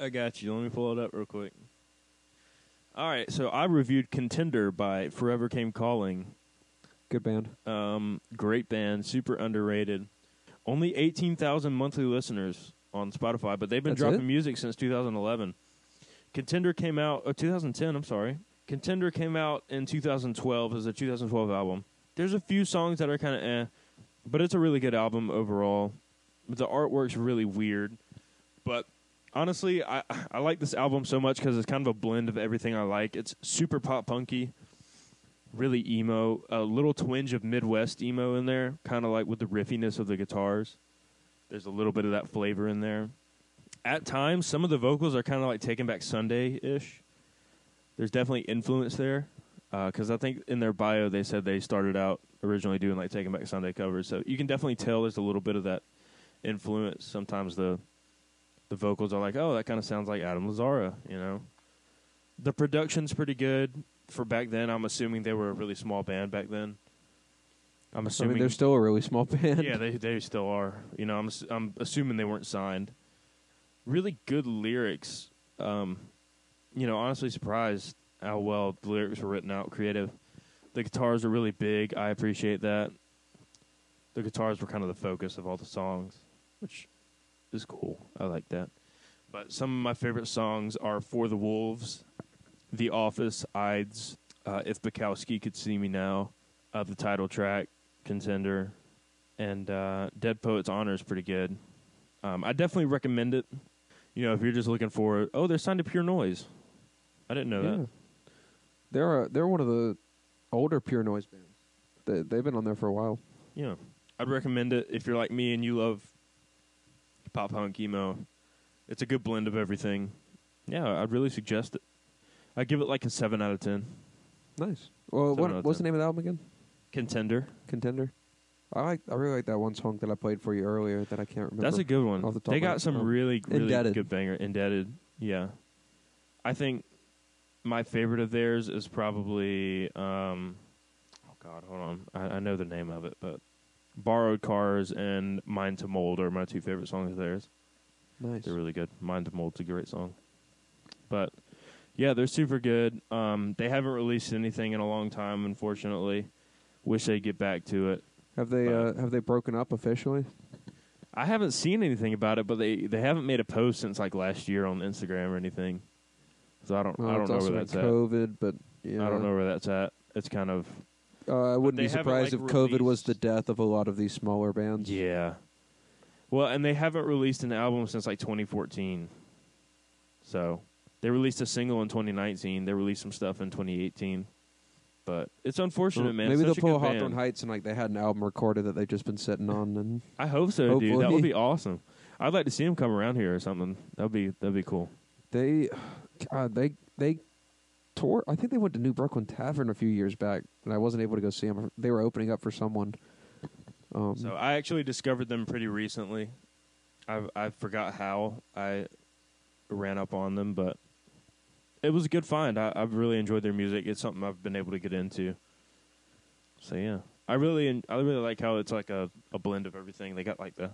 [SPEAKER 1] I got you. Let me pull it up real quick. All right, so I reviewed Contender by Forever Came Calling.
[SPEAKER 2] Good band.
[SPEAKER 1] Um, great band, super underrated. Only 18,000 monthly listeners on Spotify, but they've been
[SPEAKER 2] That's
[SPEAKER 1] dropping
[SPEAKER 2] it?
[SPEAKER 1] music since 2011. Contender came out, oh, 2010, I'm sorry. Contender came out in 2012 as a 2012 album. There's a few songs that are kind of eh, but it's a really good album overall. The artwork's really weird, but honestly, I I like this album so much because it's kind of a blend of everything I like. It's super pop punky, really emo, a little twinge of Midwest emo in there, kind of like with the riffiness of the guitars. There's a little bit of that flavor in there. At times, some of the vocals are kind of like Taking Back Sunday ish. There's definitely influence there because I think in their bio they said they started out originally doing like Taking Back Sunday covers, so you can definitely tell there's a little bit of that influence. Sometimes the the vocals are like, oh, that kind of sounds like Adam Lazara, you know. The production's pretty good for back then. I'm assuming they were a really small band back then. I'm
[SPEAKER 2] I mean,
[SPEAKER 1] assuming
[SPEAKER 2] they're still a really small band.
[SPEAKER 1] yeah, they they still are. You know, I'm ass- I'm assuming they weren't signed. Really good lyrics. Um, you know, honestly surprised how well the lyrics were written out, creative. The guitars are really big. I appreciate that. The guitars were kind of the focus of all the songs, which is cool. I like that. But some of my favorite songs are "For the Wolves," "The Office," "Ides," uh, "If Bukowski Could See Me Now," uh, the title track, "Contender," and uh, Dead Poets Honor is pretty good. Um, I definitely recommend it. You know, if you're just looking for, oh, they're signed to Pure Noise. I didn't know
[SPEAKER 2] Yeah.
[SPEAKER 1] that.
[SPEAKER 2] They're a, they're one of the older Pure Noise bands. They, they've been on there for a while.
[SPEAKER 1] Yeah, I'd recommend it if you're like me and you love pop punk emo. It's a good blend of everything. Yeah, I'd really suggest it. I give it like a seven out of ten.
[SPEAKER 2] Nice. Well,
[SPEAKER 1] Seven out
[SPEAKER 2] what,
[SPEAKER 1] of
[SPEAKER 2] what's the
[SPEAKER 1] ten.
[SPEAKER 2] name of the album again?
[SPEAKER 1] Contender.
[SPEAKER 2] Contender. I like. I really like that one song that I played for you earlier that I can't remember.
[SPEAKER 1] That's a good one.
[SPEAKER 2] off the top
[SPEAKER 1] they
[SPEAKER 2] of my-
[SPEAKER 1] got some
[SPEAKER 2] oh.
[SPEAKER 1] really, really
[SPEAKER 2] Indebted.
[SPEAKER 1] good banger. Indebted. Yeah. I think my favorite of theirs is probably um oh god, hold on. I, I know the name of it, but Borrowed Cars and Mind to Mold are my two favorite songs of theirs.
[SPEAKER 2] nice.
[SPEAKER 1] They're really good. Mind to Mold's a great song. But yeah, they're super good. Um they haven't released anything in a long time, unfortunately. Wish they'd get back to it.
[SPEAKER 2] Have they uh,
[SPEAKER 1] but-
[SPEAKER 2] have they broken up officially?
[SPEAKER 1] I haven't seen anything about it, but they, they haven't made a post since like last year on Instagram or anything. So I don't
[SPEAKER 2] Well,
[SPEAKER 1] I don't
[SPEAKER 2] it's
[SPEAKER 1] know
[SPEAKER 2] also
[SPEAKER 1] where
[SPEAKER 2] been
[SPEAKER 1] that's
[SPEAKER 2] COVID, but
[SPEAKER 1] at.
[SPEAKER 2] yeah,
[SPEAKER 1] I don't know where that's at. It's kind of
[SPEAKER 2] Uh, I wouldn't
[SPEAKER 1] they
[SPEAKER 2] be
[SPEAKER 1] haven't,
[SPEAKER 2] surprised
[SPEAKER 1] like,
[SPEAKER 2] if COVID
[SPEAKER 1] released-
[SPEAKER 2] was the death of a lot of these smaller bands.
[SPEAKER 1] yeah. Well, and they haven't released an album since like 2014. So they released a single in 2019. They released some stuff in 2018, but it's unfortunate,
[SPEAKER 2] Well,
[SPEAKER 1] man.
[SPEAKER 2] Maybe
[SPEAKER 1] It's
[SPEAKER 2] they'll
[SPEAKER 1] such a
[SPEAKER 2] pull
[SPEAKER 1] good
[SPEAKER 2] Hawthorne
[SPEAKER 1] band.
[SPEAKER 2] Heights and like they had an album recorded that they've just been sitting on, and
[SPEAKER 1] I hope so, dude. That
[SPEAKER 2] Hopefully.
[SPEAKER 1] would be awesome. I'd like to see them come around here or something. That'd be that'd be cool.
[SPEAKER 2] they, God, they they tore. I think they went to New Brooklyn Tavern a few years back, and I wasn't able to go see them. They were opening up for someone. Um,
[SPEAKER 1] So I actually discovered them pretty recently. I I forgot how I ran up on them, but it was a good find. I, I've really enjoyed their music. It's something I've been able to get into. So yeah, I really I really like how it's like a, a blend of everything. They got like the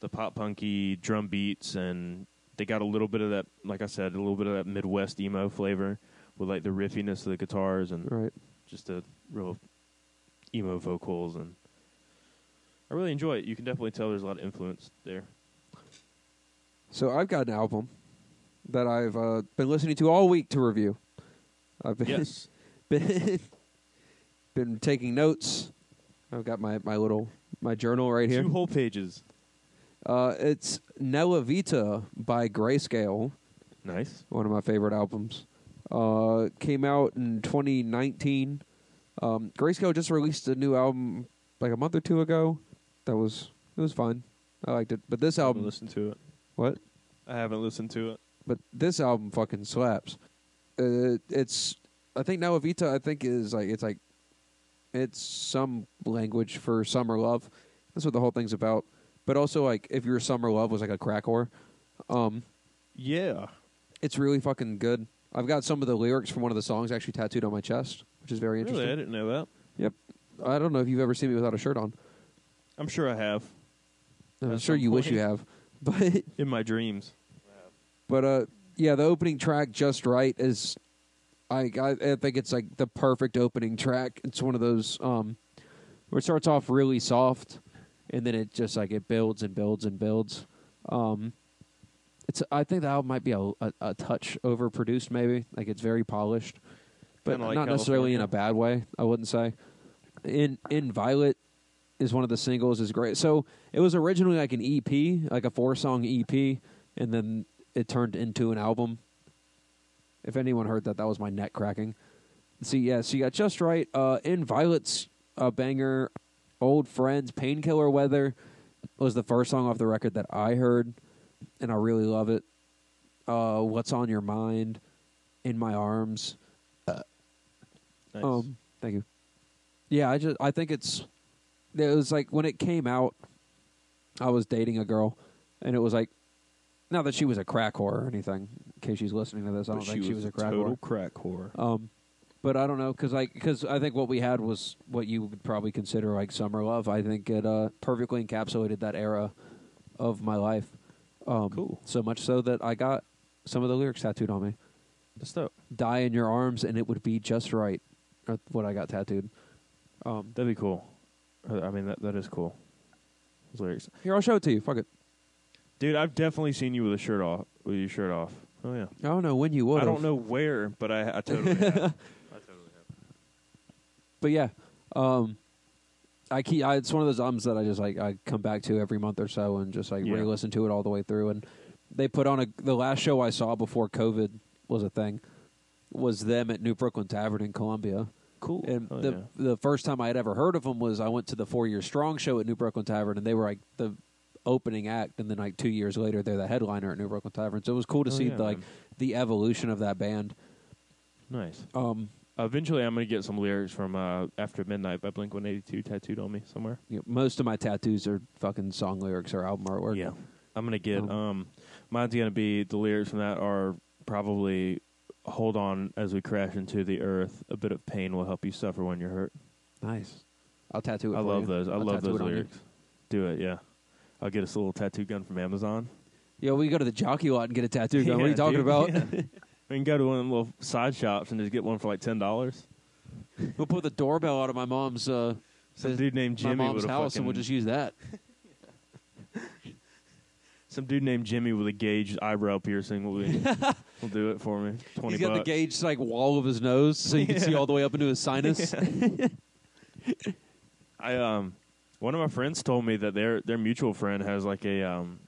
[SPEAKER 1] the pop punky drum beats, and they got a little bit of that, like I said, a little bit of that Midwest emo flavor with like the riffiness of the guitars and
[SPEAKER 2] right.
[SPEAKER 1] just a real emo vocals and I really enjoy it. You can definitely tell there's a lot of influence there.
[SPEAKER 2] So I've got an album that I've uh, been listening to all week to review. I've been
[SPEAKER 1] Yes.
[SPEAKER 2] been been taking notes. I've got my my little my journal right here.
[SPEAKER 1] Two whole pages.
[SPEAKER 2] Uh, it's Nella Vita by Grayscale,
[SPEAKER 1] Nice.
[SPEAKER 2] one of my favorite albums. Uh, came out in 2019. Um, Grayscale just released a new album like a month or two ago. That was it was fun. I liked it, but this
[SPEAKER 1] I haven't
[SPEAKER 2] album,
[SPEAKER 1] listened to it.
[SPEAKER 2] what?
[SPEAKER 1] I haven't listened to it.
[SPEAKER 2] But this album fucking slaps. Uh, it's I think Nella Vita. I think is like it's like it's some language for summer love. That's what the whole thing's about. But also like if your summer love was like a crack whore, um,
[SPEAKER 1] Yeah.
[SPEAKER 2] it's really fucking good. I've got some of the lyrics from one of the songs actually tattooed on my chest, which is very
[SPEAKER 1] Really,
[SPEAKER 2] interesting.
[SPEAKER 1] I didn't know that.
[SPEAKER 2] Yep. I don't know if you've ever seen me without a shirt on.
[SPEAKER 1] I'm sure I have
[SPEAKER 2] I'm
[SPEAKER 1] At
[SPEAKER 2] sure
[SPEAKER 1] some
[SPEAKER 2] you wish
[SPEAKER 1] point.
[SPEAKER 2] you have, but
[SPEAKER 1] in my dreams.
[SPEAKER 2] But uh, yeah, the opening track "Just Right" is, I, I I think it's like the perfect opening track. It's one of those um, where it starts off really soft, and then it just like it builds and builds and builds. Um, it's I think the album might be a, a, a touch overproduced, maybe like it's very polished, but
[SPEAKER 1] Kinda like
[SPEAKER 2] not necessarily in
[SPEAKER 1] California.
[SPEAKER 2] a bad way. I wouldn't say. In in Violet is one of the singles is great. So it was originally like an EP, like a four song EP, and then it turned into an album. If anyone heard that, that was my neck cracking. See, yeah, so you got just right. Uh, in Violet's uh, banger, old friends, painkiller weather was the first song off the record that I heard, and I really love it. Uh, What's on your mind, in my arms.
[SPEAKER 1] Nice.
[SPEAKER 2] Um, thank you. Yeah, I just I think it's it was like when it came out, I was dating a girl, and it was like not that she was a crack whore or anything. In case she's listening to this, I don't think she was a crack
[SPEAKER 1] total
[SPEAKER 2] whore.
[SPEAKER 1] crack whore.
[SPEAKER 2] Um, but I don't know because like because I think what we had was what you would probably consider like summer love. I think it uh, perfectly encapsulated that era of my life. Um,
[SPEAKER 1] Cool.
[SPEAKER 2] So much so that I got some of the lyrics tattooed on me.
[SPEAKER 1] That's dope.
[SPEAKER 2] Die in your arms, and it would be just right. Or what I got tattooed. Um,
[SPEAKER 1] That'd be cool. Uh, I mean, that that is cool. Those lyrics,
[SPEAKER 2] here, I'll show it to you. Fuck it.
[SPEAKER 1] dude. I've definitely seen you with a shirt off. With your shirt off. Oh yeah.
[SPEAKER 2] I don't know when you would.
[SPEAKER 1] I don't know where, but I, I totally have. I totally have.
[SPEAKER 2] but yeah, um, I keep. I, it's one of those albums that I just like. I come back to every month or so and just like
[SPEAKER 1] Yeah.
[SPEAKER 2] re-listen to it all the way through. And they put on a. The last show I saw before COVID was a thing. Was them at New Brooklyn Tavern in Columbia.
[SPEAKER 1] Cool.
[SPEAKER 2] And
[SPEAKER 1] Oh,
[SPEAKER 2] the
[SPEAKER 1] yeah.
[SPEAKER 2] the first time I had ever heard of them was I went to the Four Year Strong show at New Brooklyn Tavern, and they were like the opening act, and then like two years later they're the headliner at New Brooklyn Tavern. So it was cool to
[SPEAKER 1] Oh,
[SPEAKER 2] see
[SPEAKER 1] yeah,
[SPEAKER 2] the, like
[SPEAKER 1] man.
[SPEAKER 2] the evolution of that band.
[SPEAKER 1] Nice.
[SPEAKER 2] Um,
[SPEAKER 1] Eventually, I'm going to get some lyrics from uh, After Midnight by Blink 182 tattooed on me somewhere.
[SPEAKER 2] You know, most of my tattoos are fucking song lyrics or album artwork.
[SPEAKER 1] I'm going to get.
[SPEAKER 2] Oh.
[SPEAKER 1] Um, mine's going to be the lyrics from that are probably "Hold on as we crash into the earth. A bit of pain will help you suffer when you're hurt."
[SPEAKER 2] nice. I'll tattoo it.
[SPEAKER 1] I
[SPEAKER 2] for
[SPEAKER 1] love
[SPEAKER 2] you.
[SPEAKER 1] those. I
[SPEAKER 2] I'll
[SPEAKER 1] love
[SPEAKER 2] tattoo
[SPEAKER 1] those
[SPEAKER 2] it on you.
[SPEAKER 1] lyrics. Do it, yeah. I'll get us a little tattoo gun from Amazon.
[SPEAKER 2] Yeah, we go to the jockey lot and get a tattoo gun. what are
[SPEAKER 1] Yeah,
[SPEAKER 2] you talking
[SPEAKER 1] dude,
[SPEAKER 2] about?
[SPEAKER 1] yeah. we can go to one of the little side shops and just get one for like ten dollars.
[SPEAKER 2] we'll put the doorbell out of my mom's uh,
[SPEAKER 1] Some
[SPEAKER 2] Uh,
[SPEAKER 1] dude named Jimmy
[SPEAKER 2] my mom's
[SPEAKER 1] with a
[SPEAKER 2] house,
[SPEAKER 1] fucking,
[SPEAKER 2] and we'll just use that.
[SPEAKER 1] some dude named Jimmy with a gauged eyebrow piercing will be, will do it for me. Twenty
[SPEAKER 2] He's got
[SPEAKER 1] bucks.
[SPEAKER 2] the gauge like wall of his nose, so you can see all the way up into his sinus.
[SPEAKER 1] I um, one of my friends told me that their their mutual friend has like a um,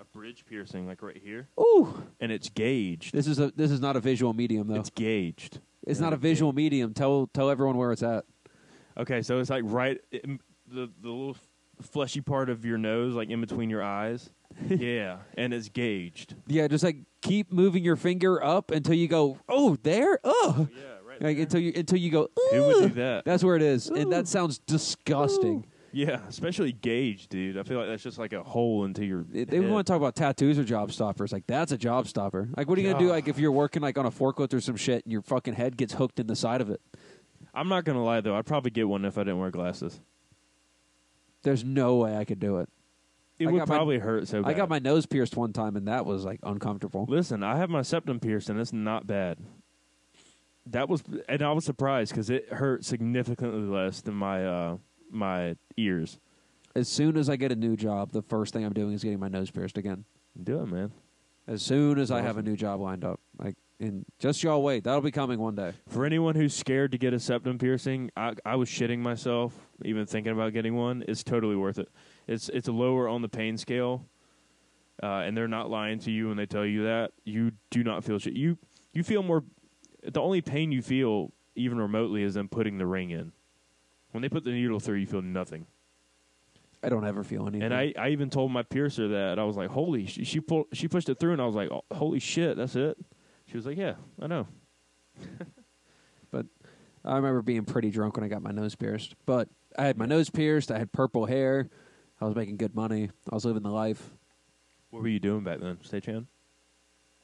[SPEAKER 1] a bridge piercing like right here,
[SPEAKER 2] Ooh,
[SPEAKER 1] and it's gauged.
[SPEAKER 2] this is a this is not a visual medium though.
[SPEAKER 1] It's
[SPEAKER 2] It's,
[SPEAKER 1] gauged.
[SPEAKER 2] not a visual medium. Tell tell everyone where it's at.
[SPEAKER 1] Okay, so it's like right it, m- the the little f- fleshy part of your nose, like in between your eyes. yeah, and it's gauged.
[SPEAKER 2] Yeah, just like keep moving your finger up until you go. Oh, there. Oh,
[SPEAKER 1] Yeah, right.
[SPEAKER 2] like, until you until you go.
[SPEAKER 1] Who would do
[SPEAKER 2] "Ugh."
[SPEAKER 1] that?
[SPEAKER 2] That's where it is, and that sounds disgusting.
[SPEAKER 1] yeah, especially gauged, dude. I feel like that's just like a hole into your.
[SPEAKER 2] They- They
[SPEAKER 1] head.
[SPEAKER 2] want to talk about tattoos or job stoppers. Like that's a job stopper. Like what are you gonna do?
[SPEAKER 1] God.
[SPEAKER 2] Like if you're working like on a forklift or some shit, and your fucking head gets hooked in the side of it.
[SPEAKER 1] I'm not gonna lie though. I'd probably get one if I didn't wear glasses.
[SPEAKER 2] There's no way I could do it.
[SPEAKER 1] It
[SPEAKER 2] I
[SPEAKER 1] would
[SPEAKER 2] got my-
[SPEAKER 1] probably hurt so bad.
[SPEAKER 2] I got my nose pierced one time, and that was like uncomfortable.
[SPEAKER 1] Listen, I have my septum pierced, and it's not bad. That was, and I was surprised because it hurt significantly less than my uh, my ears.
[SPEAKER 2] As soon as I get a new job, the first thing I'm doing is getting my nose pierced again.
[SPEAKER 1] Do it, man.
[SPEAKER 2] As soon as I have a
[SPEAKER 1] Awesome.
[SPEAKER 2] new job lined up, like and just y'all wait, that'll be coming one day.
[SPEAKER 1] For anyone who's scared to get a septum piercing, I, I was shitting myself even thinking about getting one. It's totally worth it. It's it's lower on the pain scale, uh, and they're not lying to you when they tell you that you do not feel shit. You you feel more. The only pain you feel even remotely is them putting the ring in. When they put the needle through, you feel nothing.
[SPEAKER 2] I don't ever feel anything.
[SPEAKER 1] And I, I even told my piercer that I was like, holy, she, she pulled, she pushed it through, and I was like, oh, holy shit, that's it. She was like, yeah, I know.
[SPEAKER 2] but I remember being pretty drunk when I got my nose pierced. But I had my nose pierced. I had purple hair. I was making good money. I was living the life.
[SPEAKER 1] What were you doing back then, Stay Chan?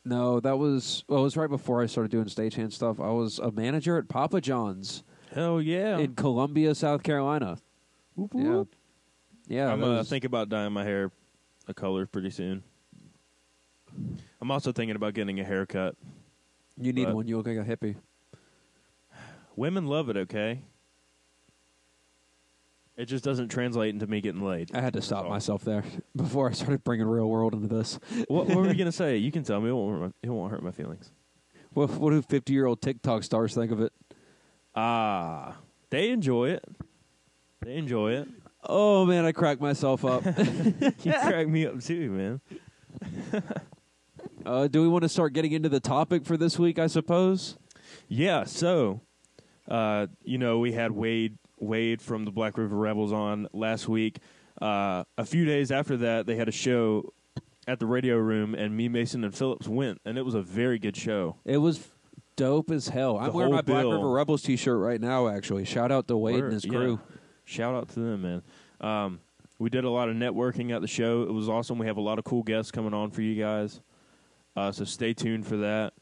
[SPEAKER 2] No, that was well. It was right before I started doing stagehand stuff. I was a manager at Papa John's
[SPEAKER 1] Hell yeah.
[SPEAKER 2] in Columbia, South Carolina.
[SPEAKER 1] Whoop,
[SPEAKER 2] Yeah,
[SPEAKER 1] whoop.
[SPEAKER 2] yeah.
[SPEAKER 1] I'm
[SPEAKER 2] that
[SPEAKER 1] gonna
[SPEAKER 2] was-
[SPEAKER 1] think about dyeing my hair a color pretty soon. I'm also thinking about getting a haircut.
[SPEAKER 2] you need
[SPEAKER 1] but-
[SPEAKER 2] one. You look like a hippie.
[SPEAKER 1] Women love it, okay? It just doesn't translate into me getting laid.
[SPEAKER 2] I had to stop
[SPEAKER 1] all.
[SPEAKER 2] myself there before I started bringing real world into this.
[SPEAKER 1] what, what were you gonna say? You can tell me. It won't hurt my, it won't hurt my feelings.
[SPEAKER 2] What, what do fifty-year-old TikTok stars think of it?
[SPEAKER 1] Ah, they enjoy it. They enjoy it.
[SPEAKER 2] Oh man, I cracked myself up.
[SPEAKER 1] You crack me up too, man.
[SPEAKER 2] uh, do we want to start getting into the topic for this week? I suppose.
[SPEAKER 1] Yeah. So, uh, you know, we had Wade Wade from the Black River Rebels on last week. Uh, a few days after that, they had a show at the Radio Room, and me, Mason, and Phillips went, and it was a very good show.
[SPEAKER 2] It was dope as hell. I'm
[SPEAKER 1] The
[SPEAKER 2] wearing
[SPEAKER 1] whole
[SPEAKER 2] my Black
[SPEAKER 1] bill.
[SPEAKER 2] River Rebels T-shirt right now. Actually, shout out to Wade
[SPEAKER 1] Word,
[SPEAKER 2] and his
[SPEAKER 1] yeah.
[SPEAKER 2] crew.
[SPEAKER 1] Shout out to them, man. Um, we did a lot of networking at the show. It was awesome. We have a lot of cool guests coming on for you guys. Uh, so stay tuned for that.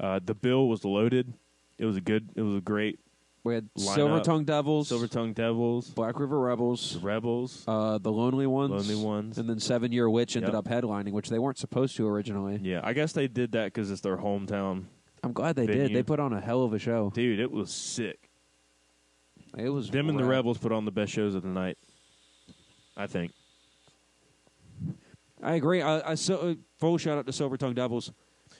[SPEAKER 1] Uh, the bill was loaded. It was a good. It was a great.
[SPEAKER 2] We had
[SPEAKER 1] Line
[SPEAKER 2] Silver
[SPEAKER 1] up.
[SPEAKER 2] Tongue Devils,
[SPEAKER 1] Silver Tongue Devils,
[SPEAKER 2] Black River Rebels,
[SPEAKER 1] Rebels.
[SPEAKER 2] uh, the Lonely Ones,
[SPEAKER 1] Lonely Ones.
[SPEAKER 2] and then Seven Year Witch ended
[SPEAKER 1] Yep.
[SPEAKER 2] up headlining, which they weren't supposed to originally.
[SPEAKER 1] Yeah, I guess they did that because it's their hometown.
[SPEAKER 2] I'm glad they did.
[SPEAKER 1] Venue.
[SPEAKER 2] They put on a hell of a show.
[SPEAKER 1] Dude, it was sick.
[SPEAKER 2] It was
[SPEAKER 1] Them and the
[SPEAKER 2] rad.
[SPEAKER 1] Rebels put on the best shows of the night. I think.
[SPEAKER 2] I agree. I, I so, uh, full shout out to Silver Tongue Devils.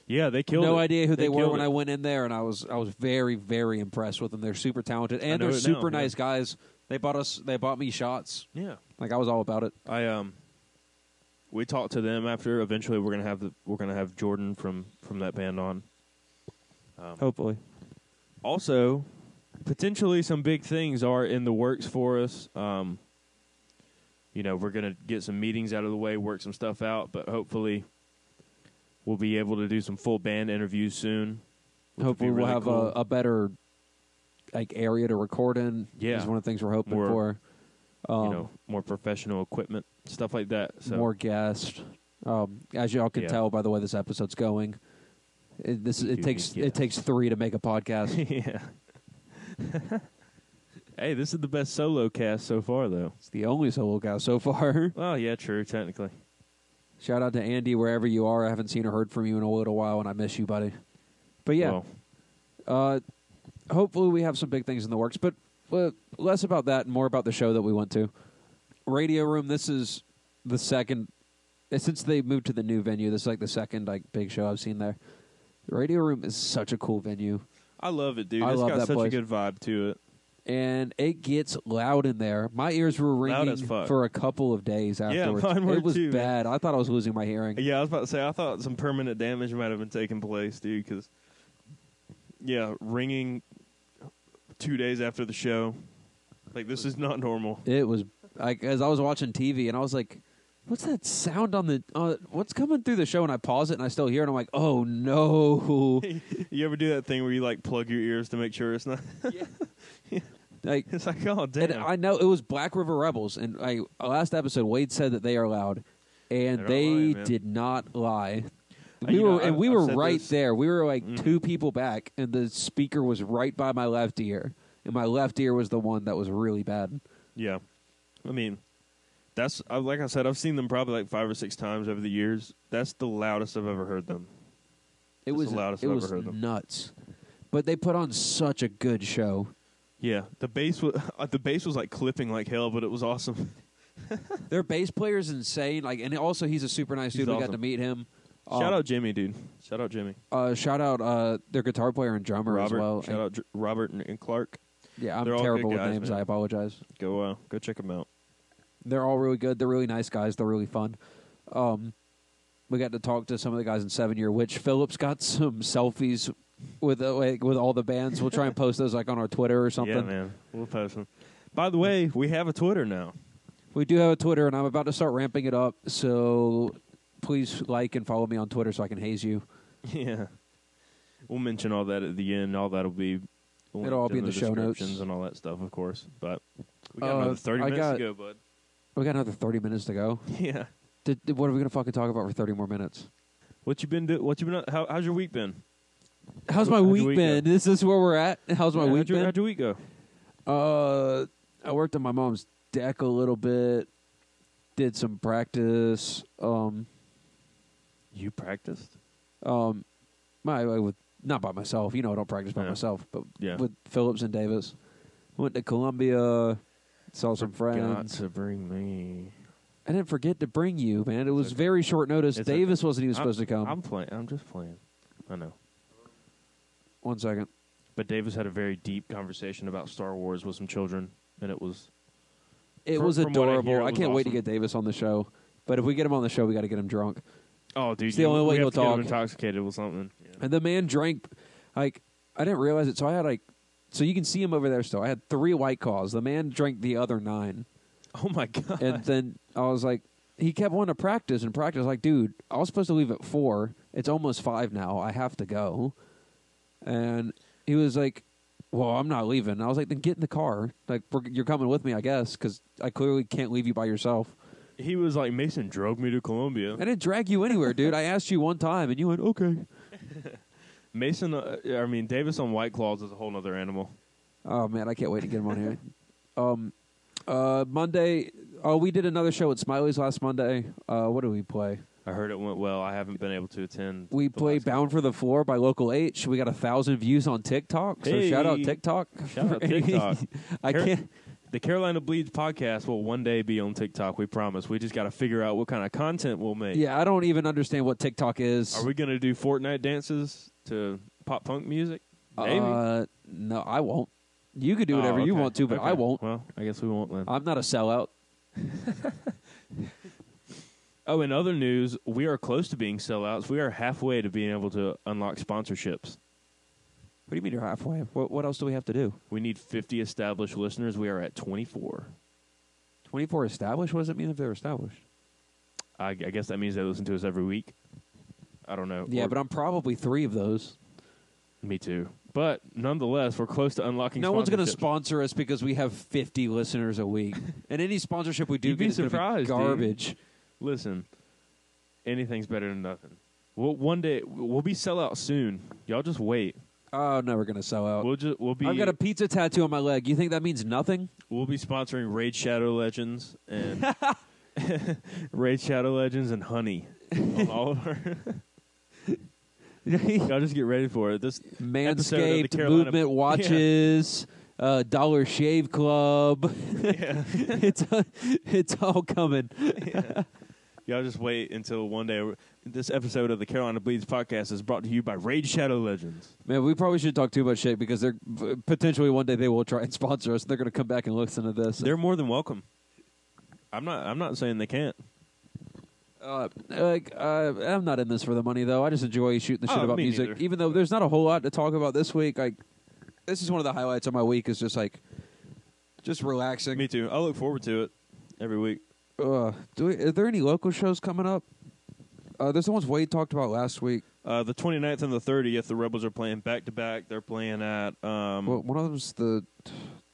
[SPEAKER 1] Yeah, they killed
[SPEAKER 2] no
[SPEAKER 1] it.
[SPEAKER 2] idea who they, were
[SPEAKER 1] killed
[SPEAKER 2] when
[SPEAKER 1] it.
[SPEAKER 2] I went in there, and I was I was very very impressed with them. They're super talented and
[SPEAKER 1] know
[SPEAKER 2] they're
[SPEAKER 1] it now,
[SPEAKER 2] super
[SPEAKER 1] yeah.
[SPEAKER 2] nice guys. They bought us. They bought me shots.
[SPEAKER 1] Yeah.
[SPEAKER 2] Like I was all about it.
[SPEAKER 1] I um we talked to them after eventually we're going to have the, we're going to have Jordan from from that band on.
[SPEAKER 2] Hopefully,
[SPEAKER 1] Also, potentially some big things are in the works for us. Um you know, we're going to get some meetings out of the way, work some stuff out, but hopefully we'll be able to do some full band interviews soon. which would be
[SPEAKER 2] hopefully we'll
[SPEAKER 1] really
[SPEAKER 2] have
[SPEAKER 1] cool.
[SPEAKER 2] a, a better like area to record in.
[SPEAKER 1] Yeah.
[SPEAKER 2] is one of the things we're hoping
[SPEAKER 1] More,
[SPEAKER 2] for. Um,
[SPEAKER 1] you know, more professional equipment, stuff like that. So
[SPEAKER 2] more guests. Um, as y'all can
[SPEAKER 1] Yeah.
[SPEAKER 2] tell by the way this episode's going, it, this
[SPEAKER 1] We
[SPEAKER 2] it
[SPEAKER 1] do
[SPEAKER 2] takes
[SPEAKER 1] need
[SPEAKER 2] it
[SPEAKER 1] guests.
[SPEAKER 2] takes three to make a podcast.
[SPEAKER 1] yeah. hey, this is the best solo cast so far, though.
[SPEAKER 2] it's the only solo guy so far.
[SPEAKER 1] Well, yeah, true, technically.
[SPEAKER 2] Shout out to Andy wherever you are. I haven't seen or heard from you in a little while, and I miss you, buddy. But yeah,
[SPEAKER 1] Well,
[SPEAKER 2] Uh, hopefully, we have some big things in the works, but uh, less about that and more about the show that we went to. Radio Room. This is the second uh, since they moved to the new venue. This is like the second like big show I've seen there. Radio Room is such a cool venue,
[SPEAKER 1] I love it, dude.
[SPEAKER 2] I
[SPEAKER 1] It's
[SPEAKER 2] love
[SPEAKER 1] got
[SPEAKER 2] that
[SPEAKER 1] such
[SPEAKER 2] place.
[SPEAKER 1] a good vibe to it.
[SPEAKER 2] and it gets loud in there. My ears were
[SPEAKER 1] Loud
[SPEAKER 2] ringing
[SPEAKER 1] as fuck.
[SPEAKER 2] for a couple of days afterwards.
[SPEAKER 1] mine were
[SPEAKER 2] it was
[SPEAKER 1] too, man.
[SPEAKER 2] bad. I thought I was losing my hearing.
[SPEAKER 1] Yeah, I was about to say. I thought some permanent damage might have been taking place, dude. Because yeah, ringing two days after the show, like this is not normal.
[SPEAKER 2] It was like as I was watching TV and I was like, "What's that sound on the? Uh, what's coming through the show?" And I pause it and I still hear it. And I'm like, "Oh no!"
[SPEAKER 1] you ever do that thing where you like plug your ears to make sure it's not?
[SPEAKER 2] like,
[SPEAKER 1] it's like, oh damn.
[SPEAKER 2] and I know it was Black River Rebels. And I last episode Wade said that they are loud,
[SPEAKER 1] They're
[SPEAKER 2] and
[SPEAKER 1] not
[SPEAKER 2] they
[SPEAKER 1] lying, man.
[SPEAKER 2] did not lie.
[SPEAKER 1] Uh,
[SPEAKER 2] We
[SPEAKER 1] you
[SPEAKER 2] were
[SPEAKER 1] know,
[SPEAKER 2] and
[SPEAKER 1] I've-
[SPEAKER 2] we
[SPEAKER 1] I've
[SPEAKER 2] were
[SPEAKER 1] said
[SPEAKER 2] right
[SPEAKER 1] this- Mm-hmm.
[SPEAKER 2] there. We were like two people back, and the speaker was right by my left ear, and my left ear was the one that was really bad.
[SPEAKER 1] yeah, I mean, that's I- like I said. I've seen them probably like five or six times over the years. That's the loudest I've ever heard them.
[SPEAKER 2] It
[SPEAKER 1] That's
[SPEAKER 2] was
[SPEAKER 1] the loudest
[SPEAKER 2] it
[SPEAKER 1] I've ever
[SPEAKER 2] was
[SPEAKER 1] heard them.
[SPEAKER 2] nuts, but they put on such a good show.
[SPEAKER 1] Yeah, the bass was the bass was like clipping like hell, but it was awesome.
[SPEAKER 2] Their bass player is insane. Like, and also he's a super nice
[SPEAKER 1] He's
[SPEAKER 2] dude. We got
[SPEAKER 1] awesome.
[SPEAKER 2] to meet him.
[SPEAKER 1] Shout
[SPEAKER 2] Um,
[SPEAKER 1] out Jimmy, dude. Shout out Jimmy.
[SPEAKER 2] Uh, shout out uh, their guitar player and drummer
[SPEAKER 1] Robert.
[SPEAKER 2] as well.
[SPEAKER 1] Shout out Dr- Robert and, and Clark.
[SPEAKER 2] yeah, I'm
[SPEAKER 1] They're all good
[SPEAKER 2] terrible with
[SPEAKER 1] guys,
[SPEAKER 2] names.
[SPEAKER 1] man.
[SPEAKER 2] I apologize.
[SPEAKER 1] Go uh, go check them out.
[SPEAKER 2] They're all really good. They're really nice guys. They're really fun. Um, we got to talk to some of the guys in Seven Year Witch. Phillips got some selfies with uh, like, with all the bands. We'll try and post those like on our Twitter or something.
[SPEAKER 1] Yeah, man. We'll post them. By the way, we have a Twitter now.
[SPEAKER 2] We do have a Twitter, and I'm about to start ramping it up. So please like and follow me on Twitter so I can haze you.
[SPEAKER 1] Yeah. We'll mention all that at the end. All that'll be. linked
[SPEAKER 2] It'll all be in the show
[SPEAKER 1] descriptions
[SPEAKER 2] notes.
[SPEAKER 1] and all that stuff, of course. But we got
[SPEAKER 2] Uh,
[SPEAKER 1] another thirty
[SPEAKER 2] I
[SPEAKER 1] minutes
[SPEAKER 2] got-
[SPEAKER 1] to go, bud.
[SPEAKER 2] We got another 30 minutes to go.
[SPEAKER 1] Yeah.
[SPEAKER 2] Did, did- what are we gonna fucking talk about for thirty more minutes?
[SPEAKER 1] What you been do? What you been? uh, How, how's your week been?
[SPEAKER 2] How's my
[SPEAKER 1] How'd your
[SPEAKER 2] week
[SPEAKER 1] week
[SPEAKER 2] been?
[SPEAKER 1] go?
[SPEAKER 2] This is where we're at. How's my
[SPEAKER 1] Yeah,
[SPEAKER 2] week
[SPEAKER 1] how'd your,
[SPEAKER 2] been?
[SPEAKER 1] How'd your week go?
[SPEAKER 2] Uh, I worked on my mom's deck a little bit. Did some practice. Um,
[SPEAKER 1] You practiced?
[SPEAKER 2] um, my I with not by myself. You know, I don't practice by
[SPEAKER 1] Yeah.
[SPEAKER 2] myself, but
[SPEAKER 1] Yeah.
[SPEAKER 2] with Phillips and Davis. Went to Columbia. Saw some
[SPEAKER 1] Got
[SPEAKER 2] friends.
[SPEAKER 1] to bring me.
[SPEAKER 2] I didn't forget to bring you, man. It was
[SPEAKER 1] okay.
[SPEAKER 2] very short notice.
[SPEAKER 1] It's
[SPEAKER 2] Davis wasn't even
[SPEAKER 1] I'm-
[SPEAKER 2] supposed to come.
[SPEAKER 1] I'm playing. I'm just playing. I know.
[SPEAKER 2] One second.
[SPEAKER 1] But Davis had a very deep conversation about Star Wars with some children, and it was
[SPEAKER 2] It
[SPEAKER 1] From-
[SPEAKER 2] was
[SPEAKER 1] from what I hear,
[SPEAKER 2] adorable.
[SPEAKER 1] it
[SPEAKER 2] I,
[SPEAKER 1] was
[SPEAKER 2] can't wait to
[SPEAKER 1] awesome.
[SPEAKER 2] get Davis on the show. But if we get him on the show, we got to get him drunk.
[SPEAKER 1] oh, dude,
[SPEAKER 2] It's the only way
[SPEAKER 1] we
[SPEAKER 2] he'll
[SPEAKER 1] have to get him
[SPEAKER 2] talk.
[SPEAKER 1] intoxicated with something.
[SPEAKER 2] And the man drank, like, I didn't realize it. So I had, like, so you can see him over there still. I had three white claws. The man drank the other nine.
[SPEAKER 1] Oh my god!
[SPEAKER 2] And then I was like, he kept wanting to practice and practice. Like, dude, I was supposed to leave at four. It's almost five now. I have to go. And he was like, well, I'm not leaving. I was like, then get in the car. Like, we're, you're coming with me, I guess, because I clearly can't leave you by yourself.
[SPEAKER 1] he was like, Mason drove me to Colombia.
[SPEAKER 2] I didn't drag you anywhere, dude. I asked you one time, and you went, okay.
[SPEAKER 1] Mason, uh, I mean Davis on White Claws is a whole other animal.
[SPEAKER 2] Oh, man, I can't wait to get him on here. Um, uh, Monday, oh, we did another show at Smiley's last Monday. Uh, what did we play?
[SPEAKER 1] I heard it went well. I haven't been able to attend.
[SPEAKER 2] We
[SPEAKER 1] the
[SPEAKER 2] played
[SPEAKER 1] last-
[SPEAKER 2] Bound for the Floor by Local H. We got a thousand views on TikTok, so
[SPEAKER 1] Hey.
[SPEAKER 2] shout out TikTok.
[SPEAKER 1] Shout out TikTok.
[SPEAKER 2] I
[SPEAKER 1] Car-
[SPEAKER 2] can't.
[SPEAKER 1] The Carolina Bleeds podcast will one day be on TikTok. We promise. We just got to figure out what kind of content we'll make.
[SPEAKER 2] Yeah, I don't even understand what TikTok is.
[SPEAKER 1] Are we gonna do Fortnite dances to pop punk music? Maybe.
[SPEAKER 2] Uh, no, I won't. You could do
[SPEAKER 1] Oh,
[SPEAKER 2] whatever you
[SPEAKER 1] okay.
[SPEAKER 2] want to, but I
[SPEAKER 1] Okay.
[SPEAKER 2] won't.
[SPEAKER 1] Well, I guess we won't then.
[SPEAKER 2] I'm not a sellout.
[SPEAKER 1] Oh, in other news, we are close to being sellouts. We are halfway to being able to unlock sponsorships.
[SPEAKER 2] What do you mean you're halfway? What, what else do we have to do?
[SPEAKER 1] We need 50 established listeners. We are at 24.
[SPEAKER 2] 24 established? What does it mean if they're established?
[SPEAKER 1] I, I guess that means they listen to us every week. I don't know.
[SPEAKER 2] Yeah,
[SPEAKER 1] Or-
[SPEAKER 2] but I'm probably three of those.
[SPEAKER 1] me too. But nonetheless, we're close to unlocking.
[SPEAKER 2] No one's
[SPEAKER 1] going to
[SPEAKER 2] sponsor us because we have 50 listeners a week, and any sponsorship we do
[SPEAKER 1] You'd be
[SPEAKER 2] get is gonna
[SPEAKER 1] surprised, dude.
[SPEAKER 2] garbage.
[SPEAKER 1] Listen, anything's better than nothing. We'll, one day we'll be sellout soon. Y'all just wait.
[SPEAKER 2] Oh, no, we're gonna sell out.
[SPEAKER 1] We'll just we'll be
[SPEAKER 2] I've got a pizza tattoo on my leg. You think that means nothing?
[SPEAKER 1] we'll be sponsoring Raid Shadow Legends and Raid Shadow Legends and Honey. on all of our, y'all just get ready for it. This episode of
[SPEAKER 2] Manscaped
[SPEAKER 1] the Carolina-
[SPEAKER 2] movement watches. Uh, Dollar Shave Club.
[SPEAKER 1] Yeah.
[SPEAKER 2] it's uh, it's all coming.
[SPEAKER 1] Y'all just wait until one day. This episode of the Carolina Bleeds podcast is brought to you by Raid Shadow Legends.
[SPEAKER 2] Man, we probably should talk too much shit because they're potentially one day they will try and sponsor us. They're going to come back and listen to this.
[SPEAKER 1] They're more than welcome. I'm not. I'm not saying they can't.
[SPEAKER 2] Uh, like uh, I'm not in this for the money though. I just enjoy shooting the shit
[SPEAKER 1] Oh,
[SPEAKER 2] about
[SPEAKER 1] me
[SPEAKER 2] music,
[SPEAKER 1] neither.
[SPEAKER 2] even though there's not a whole lot to talk about this week. Like this is one of the highlights of my week is just like just relaxing.
[SPEAKER 1] Me too. I look forward to it every week.
[SPEAKER 2] Uh, do we, are there any local shows coming up? Uh, there's the ones Wade talked about last week.
[SPEAKER 1] Uh, the 29th and the 30th, the Rebels are playing back to back. They're playing at um,
[SPEAKER 2] Well, one of them's the t-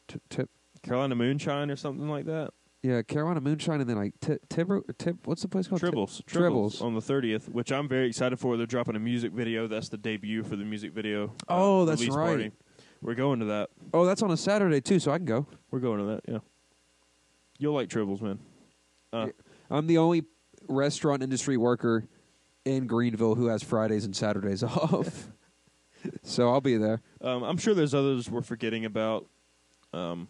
[SPEAKER 2] t- tip.
[SPEAKER 1] Carolina Moonshine or something like that.
[SPEAKER 2] Yeah, Carolina Moonshine, and then like t- Tibber, Tib. What's the place called? Ti-
[SPEAKER 1] Tribbles,
[SPEAKER 2] Oh,
[SPEAKER 1] Um,
[SPEAKER 2] Tribbles.
[SPEAKER 1] Tribbles on the 30th, which I'm very excited for. They're dropping a music video. That's the debut for the music video. uh,
[SPEAKER 2] Oh, that's
[SPEAKER 1] release
[SPEAKER 2] right.
[SPEAKER 1] Party. We're going to that.
[SPEAKER 2] Oh, that's on a Saturday too, so I can go.
[SPEAKER 1] We're going to that. Yeah. You'll like Tribbles, man. Uh,
[SPEAKER 2] I'm the only restaurant industry worker in Greenville who has Fridays and Saturdays off. so I'll be there.
[SPEAKER 1] um, I'm sure there's others we're forgetting about. Um,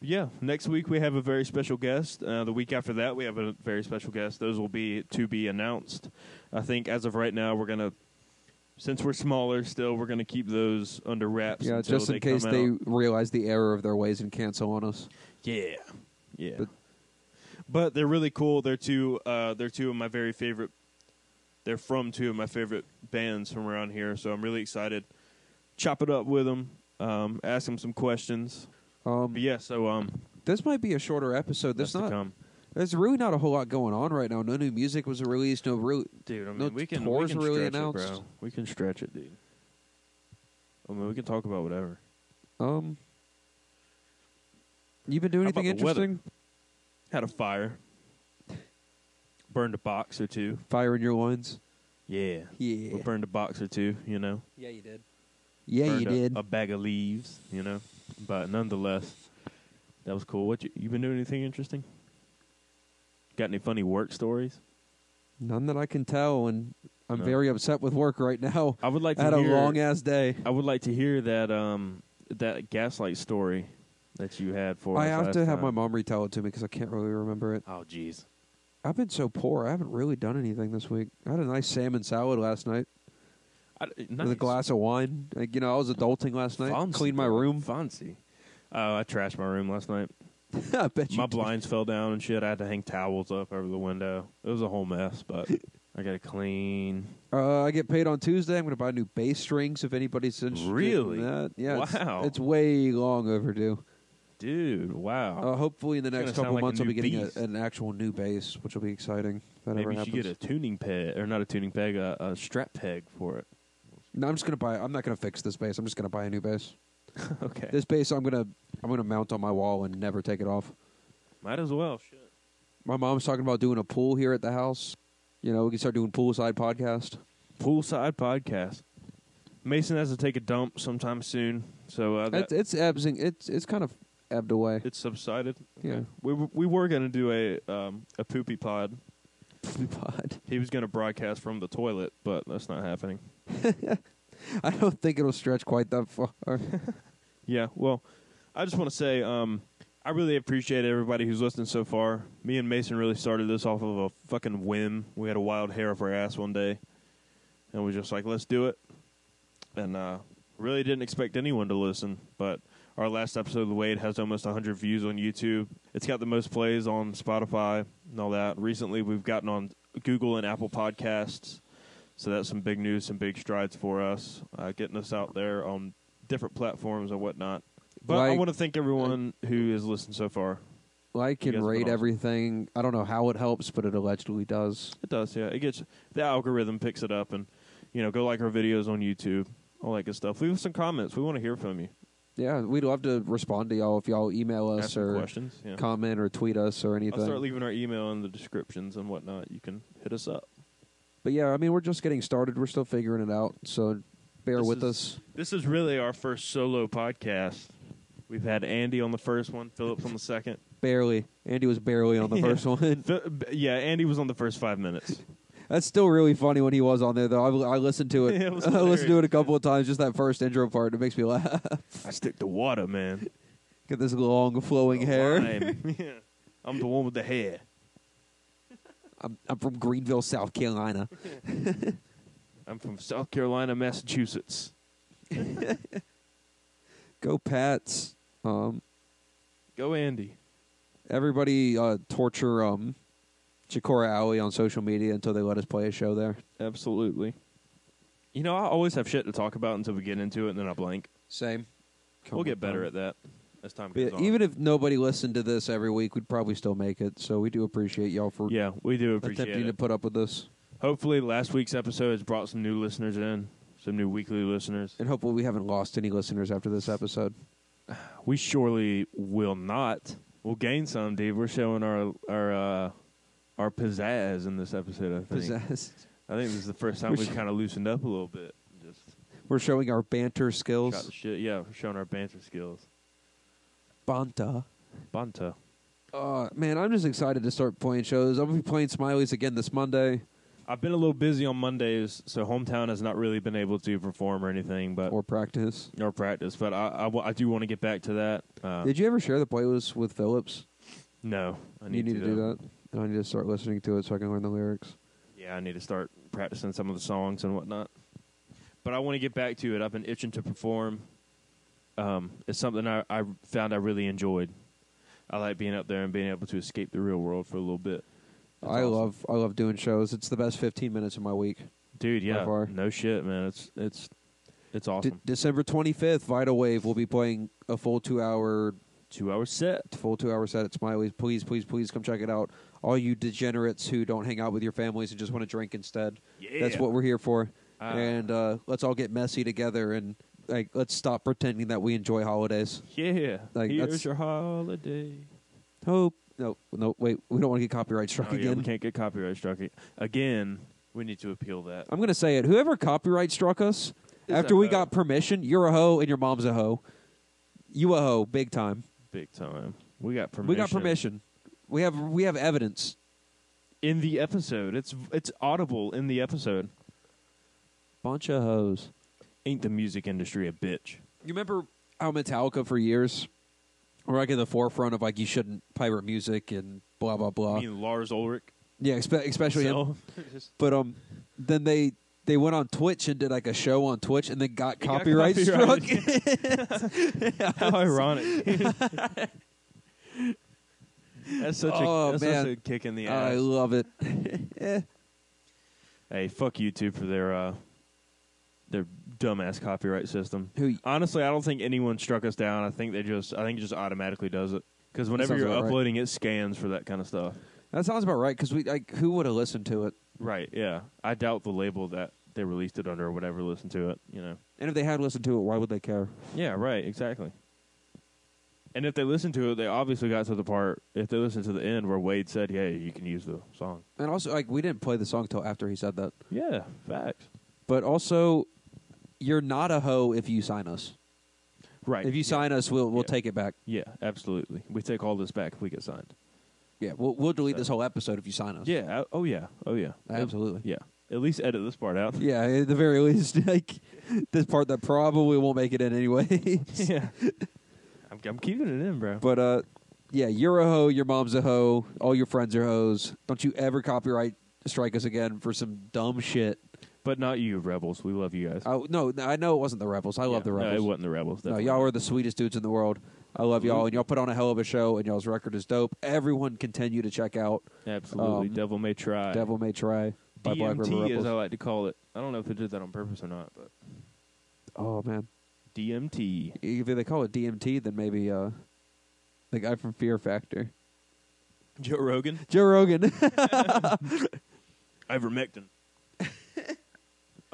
[SPEAKER 1] yeah, next week we have a very special guest. Uh, the week after that, we have a very special guest. Those will be to be announced. I think as of right now, we're gonna, since we're smaller still, we're gonna keep those under wraps.
[SPEAKER 2] yeah,
[SPEAKER 1] until
[SPEAKER 2] just in
[SPEAKER 1] they
[SPEAKER 2] case
[SPEAKER 1] come
[SPEAKER 2] they
[SPEAKER 1] out.
[SPEAKER 2] realize the error of their ways and cancel on us.
[SPEAKER 1] Yeah, yeah. But,
[SPEAKER 2] But-
[SPEAKER 1] they're really cool. They're two. Uh, they're two of my very favorite. They're from two of my favorite bands from around here, so I'm really excited. Chop it up with them. Um, ask them some questions.
[SPEAKER 2] Um,
[SPEAKER 1] But yeah, so um,
[SPEAKER 2] This might be a shorter episode.
[SPEAKER 1] that's
[SPEAKER 2] There's
[SPEAKER 1] to
[SPEAKER 2] not.
[SPEAKER 1] come.
[SPEAKER 2] There's really not a whole lot going on right now. No new music was released. No real.
[SPEAKER 1] dude. I mean,
[SPEAKER 2] no
[SPEAKER 1] we can we
[SPEAKER 2] tours
[SPEAKER 1] can
[SPEAKER 2] really
[SPEAKER 1] stretch it,
[SPEAKER 2] announced.
[SPEAKER 1] bro. We can stretch it, dude. I mean, we can talk about whatever.
[SPEAKER 2] Um. You been doing
[SPEAKER 1] How about
[SPEAKER 2] anything
[SPEAKER 1] the weather?
[SPEAKER 2] interesting?
[SPEAKER 1] Had a fire. Burned a box or two.
[SPEAKER 2] Fire in your loins.
[SPEAKER 1] Yeah.
[SPEAKER 2] Yeah.
[SPEAKER 1] We burned a box or two, you know.
[SPEAKER 2] Yeah, you did. Yeah,
[SPEAKER 1] burned
[SPEAKER 2] you
[SPEAKER 1] a,
[SPEAKER 2] did.
[SPEAKER 1] a bag of leaves, you know. But nonetheless, that was cool. What you, you been doing? Anything interesting? Got any funny work stories?
[SPEAKER 2] None that I can tell, and I'm
[SPEAKER 1] No.
[SPEAKER 2] very upset with work right now.
[SPEAKER 1] I would like to
[SPEAKER 2] I had a
[SPEAKER 1] hear,
[SPEAKER 2] long ass day.
[SPEAKER 1] I would like to hear that um that gaslight story that you had for.
[SPEAKER 2] I
[SPEAKER 1] us
[SPEAKER 2] have
[SPEAKER 1] last
[SPEAKER 2] to have my
[SPEAKER 1] time.
[SPEAKER 2] mom retell it to me because I can't really remember it.
[SPEAKER 1] Oh jeez.
[SPEAKER 2] I've been so poor. I haven't really done anything this week. I had a nice salmon salad last night
[SPEAKER 1] I- nice.
[SPEAKER 2] with a glass of wine. Like, you know, I was adulting last night.
[SPEAKER 1] Fancy,
[SPEAKER 2] Cleaned my
[SPEAKER 1] bro.
[SPEAKER 2] room.
[SPEAKER 1] Fancy. Oh, I trashed my room last night.
[SPEAKER 2] I bet you
[SPEAKER 1] My
[SPEAKER 2] did.
[SPEAKER 1] blinds fell down and shit. I had to hang towels up over the window. It was a whole mess, but I got to clean.
[SPEAKER 2] Uh, I get paid on Tuesday. I'm going to buy new bass strings if anybody's interested. in
[SPEAKER 1] Really?
[SPEAKER 2] that. Yeah. it's-
[SPEAKER 1] Wow.
[SPEAKER 2] It's, way long overdue.
[SPEAKER 1] Dude, wow.
[SPEAKER 2] Uh, hopefully, in the
[SPEAKER 1] It's gonna
[SPEAKER 2] next
[SPEAKER 1] sound
[SPEAKER 2] couple
[SPEAKER 1] like a
[SPEAKER 2] months, I'll
[SPEAKER 1] new
[SPEAKER 2] be getting
[SPEAKER 1] beast.
[SPEAKER 2] a, an actual new bass, which will be exciting. If that
[SPEAKER 1] Maybe
[SPEAKER 2] ever
[SPEAKER 1] you
[SPEAKER 2] happens.
[SPEAKER 1] should get a tuning peg, or not a tuning peg, a, a strap peg for it.
[SPEAKER 2] No, I'm just gonna buy. I'm not gonna fix this base. I'm just gonna buy a new base.
[SPEAKER 1] okay.
[SPEAKER 2] This base, I'm gonna I'm gonna mount on my wall and never take it off.
[SPEAKER 1] Might as well. Shit.
[SPEAKER 2] My mom's talking about doing a pool here at the house. You know, we can start doing poolside podcast.
[SPEAKER 1] Poolside podcast. Mason has to take a dump sometime soon, so uh, that,
[SPEAKER 2] It's it's ebbsing. It's it's kind of ebbed away.
[SPEAKER 1] it subsided.
[SPEAKER 2] yeah,
[SPEAKER 1] We were- we were gonna do a um, a poopy pod.
[SPEAKER 2] pod.
[SPEAKER 1] He was gonna broadcast from the toilet, but that's not happening.
[SPEAKER 2] I don't think it'll stretch quite that far.
[SPEAKER 1] Yeah. Well, I just want to say um, I really appreciate everybody who's listened so far. Me and Mason really started this off of a fucking whim. We had a wild hair of our ass one day, and we were just like, let's do it. And uh, really didn't expect anyone to listen, but our last episode of The Wade has almost 100 views on YouTube. It's got the most plays on Spotify and all that. Recently, we've gotten on Google and Apple Podcasts. So that's some big news, some big strides for us, uh, getting us out there on different platforms and whatnot. But I
[SPEAKER 2] Like-
[SPEAKER 1] want to thank everyone who has listened so far.
[SPEAKER 2] like
[SPEAKER 1] guys
[SPEAKER 2] and
[SPEAKER 1] have been
[SPEAKER 2] rate
[SPEAKER 1] awesome.
[SPEAKER 2] everything. I don't know how it helps, but it allegedly does.
[SPEAKER 1] It does, yeah. It gets the algorithm picks it up and You know, go like our videos on YouTube, all that good stuff. Leave us some comments. We want to hear from you.
[SPEAKER 2] Yeah, we'd love to respond to y'all if y'all email us
[SPEAKER 1] Ask some
[SPEAKER 2] or
[SPEAKER 1] questions. Yeah.
[SPEAKER 2] comment or tweet us or anything.
[SPEAKER 1] I'll start leaving our email in the descriptions and whatnot. You can hit us up.
[SPEAKER 2] But yeah, I mean, we're just getting started. We're still figuring it out, so bear
[SPEAKER 1] This
[SPEAKER 2] with
[SPEAKER 1] is-
[SPEAKER 2] us.
[SPEAKER 1] This is really our first solo podcast. We've had Andy on the first one, Phillips on the second.
[SPEAKER 2] Barely. Andy was barely on the
[SPEAKER 1] Yeah.
[SPEAKER 2] first one.
[SPEAKER 1] Phil- yeah, Andy was on the first five minutes.
[SPEAKER 2] That's still really funny when he was on there, though. I've, I listened to it.
[SPEAKER 1] Yeah, it was
[SPEAKER 2] I listened to it a
[SPEAKER 1] hilarious.
[SPEAKER 2] couple of times. Just that first intro part, it makes me laugh.
[SPEAKER 1] I stick to water, man.
[SPEAKER 2] Get this long flowing hair.
[SPEAKER 1] Lime. yeah. I'm the one with the hair.
[SPEAKER 2] I'm, I'm from Greenville, South Carolina.
[SPEAKER 1] I'm from South Carolina, Massachusetts.
[SPEAKER 2] Go Pats. Um,
[SPEAKER 1] Go Andy.
[SPEAKER 2] everybody uh, torture um, Chikora Alley on social media until they let us play a show there.
[SPEAKER 1] Absolutely. You know, I always have shit to talk about until we get into it, and then I blank.
[SPEAKER 2] Same.
[SPEAKER 1] we'll get better at that as time goes
[SPEAKER 2] But
[SPEAKER 1] on.
[SPEAKER 2] E, even if nobody listened to this every week, we'd probably still make it. So we do appreciate y'all for
[SPEAKER 1] yeah, we do appreciate
[SPEAKER 2] attempting to
[SPEAKER 1] it.
[SPEAKER 2] put up with us.
[SPEAKER 1] Hopefully, last week's episode has brought some new listeners in, some new weekly listeners.
[SPEAKER 2] And hopefully we haven't lost any listeners after this episode.
[SPEAKER 1] We surely will not. We'll gain some, Dave. We're showing our our uh, our pizzazz in this episode. I think.
[SPEAKER 2] Possessed.
[SPEAKER 1] I think this is the first time
[SPEAKER 2] We're
[SPEAKER 1] we've
[SPEAKER 2] sh-
[SPEAKER 1] kind of loosened up a little bit. Just
[SPEAKER 2] We're showing our banter
[SPEAKER 1] shot the
[SPEAKER 2] skills.
[SPEAKER 1] shit. Yeah, we're showing our banter skills.
[SPEAKER 2] Banta.
[SPEAKER 1] Banta.
[SPEAKER 2] Uh, man, I'm just excited to start playing shows. I'll be playing Smiley's again this Monday
[SPEAKER 1] I've been a little busy on Mondays, so hometown has not really been able to perform or anything, but
[SPEAKER 2] or practice.
[SPEAKER 1] or practice. But I I, wa- I do want to get back to that. Uh,
[SPEAKER 2] Did you ever share the playlist with Phillips?
[SPEAKER 1] no, I need,
[SPEAKER 2] you need to, do
[SPEAKER 1] though.
[SPEAKER 2] that. And I need to start listening to it so I can learn the lyrics.
[SPEAKER 1] Yeah, I need to start practicing some of the songs and whatnot. But I want to get back to it. I've been itching to perform. Um, it's something I, I found I really enjoyed. I like being up there and being able to escape the real world for a little bit. That's
[SPEAKER 2] I
[SPEAKER 1] awesome.
[SPEAKER 2] love I love doing shows. It's the best 15 minutes of my week.
[SPEAKER 1] dude. Yeah,
[SPEAKER 2] far.
[SPEAKER 1] no shit, man. It's it's it's
[SPEAKER 2] De-
[SPEAKER 1] awesome.
[SPEAKER 2] December 25th, Vital Wave will be playing a full two hour
[SPEAKER 1] Two hour set.
[SPEAKER 2] full two hour set at Smiley's. Please, please, please come check it out. All you degenerates who don't hang out with your families and just want to drink instead. That's
[SPEAKER 1] Yeah.
[SPEAKER 2] what we're here for.
[SPEAKER 1] Ah.
[SPEAKER 2] and uh, let's all get messy together and like let's stop pretending that we enjoy holidays.
[SPEAKER 1] Yeah,
[SPEAKER 2] Like, that's-
[SPEAKER 1] here's your holiday.
[SPEAKER 2] Hope. No, no, wait. We don't want to get copyright struck
[SPEAKER 1] Oh, yeah,
[SPEAKER 2] again.
[SPEAKER 1] we can't get copyright struck a- again. We need to appeal that.
[SPEAKER 2] I'm gonna say it. Whoever copyright struck us
[SPEAKER 1] Is
[SPEAKER 2] after
[SPEAKER 1] a
[SPEAKER 2] we
[SPEAKER 1] hoe.
[SPEAKER 2] got permission, you're a hoe and your mom's a hoe. You a hoe, big time.
[SPEAKER 1] Big time. We got permission.
[SPEAKER 2] We got permission. We have we have evidence.
[SPEAKER 1] in the episode. It's it's audible in the episode.
[SPEAKER 2] Bunch of hoes.
[SPEAKER 1] Ain't the music industry a bitch?
[SPEAKER 2] You remember how Metallica for years were like in the forefront of like you shouldn't pirate music and blah blah blah.
[SPEAKER 1] I mean Lars Ulrich.
[SPEAKER 2] yeah, expe- especially him.
[SPEAKER 1] So,
[SPEAKER 2] But um, then they they went on Twitch and did like a show on Twitch and then got
[SPEAKER 1] They got
[SPEAKER 2] copyright struck.
[SPEAKER 1] how ironic! that's such
[SPEAKER 2] Oh,
[SPEAKER 1] a that's
[SPEAKER 2] man.
[SPEAKER 1] such a kick in the
[SPEAKER 2] I
[SPEAKER 1] ass.
[SPEAKER 2] love it.
[SPEAKER 1] hey, fuck YouTube for their uh, their dumbass copyright system.
[SPEAKER 2] Who?
[SPEAKER 1] Honestly, I don't think anyone struck us down. I think they just I think it just automatically does it because whenever
[SPEAKER 2] sounds
[SPEAKER 1] you're
[SPEAKER 2] about right.
[SPEAKER 1] uploading, it scans for that kind of stuff.
[SPEAKER 2] That sounds about right because we like who would have listened to it?
[SPEAKER 1] Right? Yeah. I doubt the label that they released it under or whatever listened to it. You know.
[SPEAKER 2] And if they had listened to it, why would they care?
[SPEAKER 1] Yeah, right, exactly. And if they listened to it, they obviously got to the part. If they listened to the end where Wade said, "Hey, you can use the song."
[SPEAKER 2] And also, like we didn't play the song till after he said that.
[SPEAKER 1] Yeah, facts.
[SPEAKER 2] But also, you're not a hoe if you sign us.
[SPEAKER 1] Right.
[SPEAKER 2] If you sign us, we'll we'll
[SPEAKER 1] Yeah.
[SPEAKER 2] take it back.
[SPEAKER 1] yeah, absolutely. We take all this back if we get signed.
[SPEAKER 2] Yeah, we'll we'll delete
[SPEAKER 1] So-
[SPEAKER 2] this whole episode if you sign us.
[SPEAKER 1] Yeah. I- Oh yeah. Oh yeah.
[SPEAKER 2] absolutely.
[SPEAKER 1] Yeah. At least edit this part out.
[SPEAKER 2] Yeah, at the very least, like this part that probably won't make it in anyway.
[SPEAKER 1] yeah. I'm, I'm keeping it in, bro.
[SPEAKER 2] But uh, yeah, you're a hoe. Your mom's a hoe. All your friends are hoes. Don't you ever copyright strike us again for some dumb shit.
[SPEAKER 1] But not you, rebels. We love you guys.
[SPEAKER 2] I, no, I know it wasn't the rebels. I love
[SPEAKER 1] Yeah,
[SPEAKER 2] the
[SPEAKER 1] No, it
[SPEAKER 2] rebels.
[SPEAKER 1] wasn't the rebels.
[SPEAKER 2] no,
[SPEAKER 1] definitely. Mm-hmm.
[SPEAKER 2] y'all are the sweetest dudes in the world. I love y'all, and y'all put on a hell of a show, and y'all's record is dope. Everyone continue to check out
[SPEAKER 1] absolutely.
[SPEAKER 2] um,
[SPEAKER 1] Devil may try.
[SPEAKER 2] "Devil May Try" by Black River
[SPEAKER 1] DMT, as I
[SPEAKER 2] Rebels.
[SPEAKER 1] like to call it. I don't know if they did that on purpose or not, but
[SPEAKER 2] Oh man,
[SPEAKER 1] DMT.
[SPEAKER 2] if they call it DMT, then maybe uh, the guy from Fear Factor,
[SPEAKER 1] Joe Rogan.
[SPEAKER 2] Joe Rogan.
[SPEAKER 1] Ivermectin.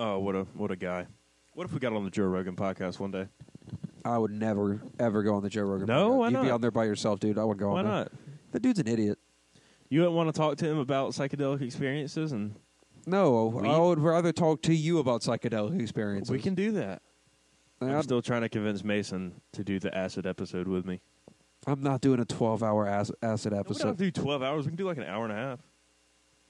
[SPEAKER 1] Oh, what a what a guy! What if we got on the Joe Rogan podcast one day?
[SPEAKER 2] I would never ever go on the Joe Rogan.
[SPEAKER 1] No,
[SPEAKER 2] podcast.
[SPEAKER 1] why
[SPEAKER 2] You'd be
[SPEAKER 1] not?
[SPEAKER 2] on there by yourself, dude. I wouldn't go
[SPEAKER 1] Why
[SPEAKER 2] on there.
[SPEAKER 1] not?
[SPEAKER 2] The dude's an idiot.
[SPEAKER 1] You wouldn't want to talk to him about psychedelic experiences, and
[SPEAKER 2] No,
[SPEAKER 1] We-
[SPEAKER 2] I would rather talk to you about psychedelic experiences.
[SPEAKER 1] we can do that. I'm
[SPEAKER 2] I'm,
[SPEAKER 1] still trying to convince Mason to do the acid episode with me.
[SPEAKER 2] I'm not doing a 12 hour acid,
[SPEAKER 1] We
[SPEAKER 2] acid
[SPEAKER 1] don't have
[SPEAKER 2] episode.
[SPEAKER 1] to do twelve hours. We can do like an hour and a half.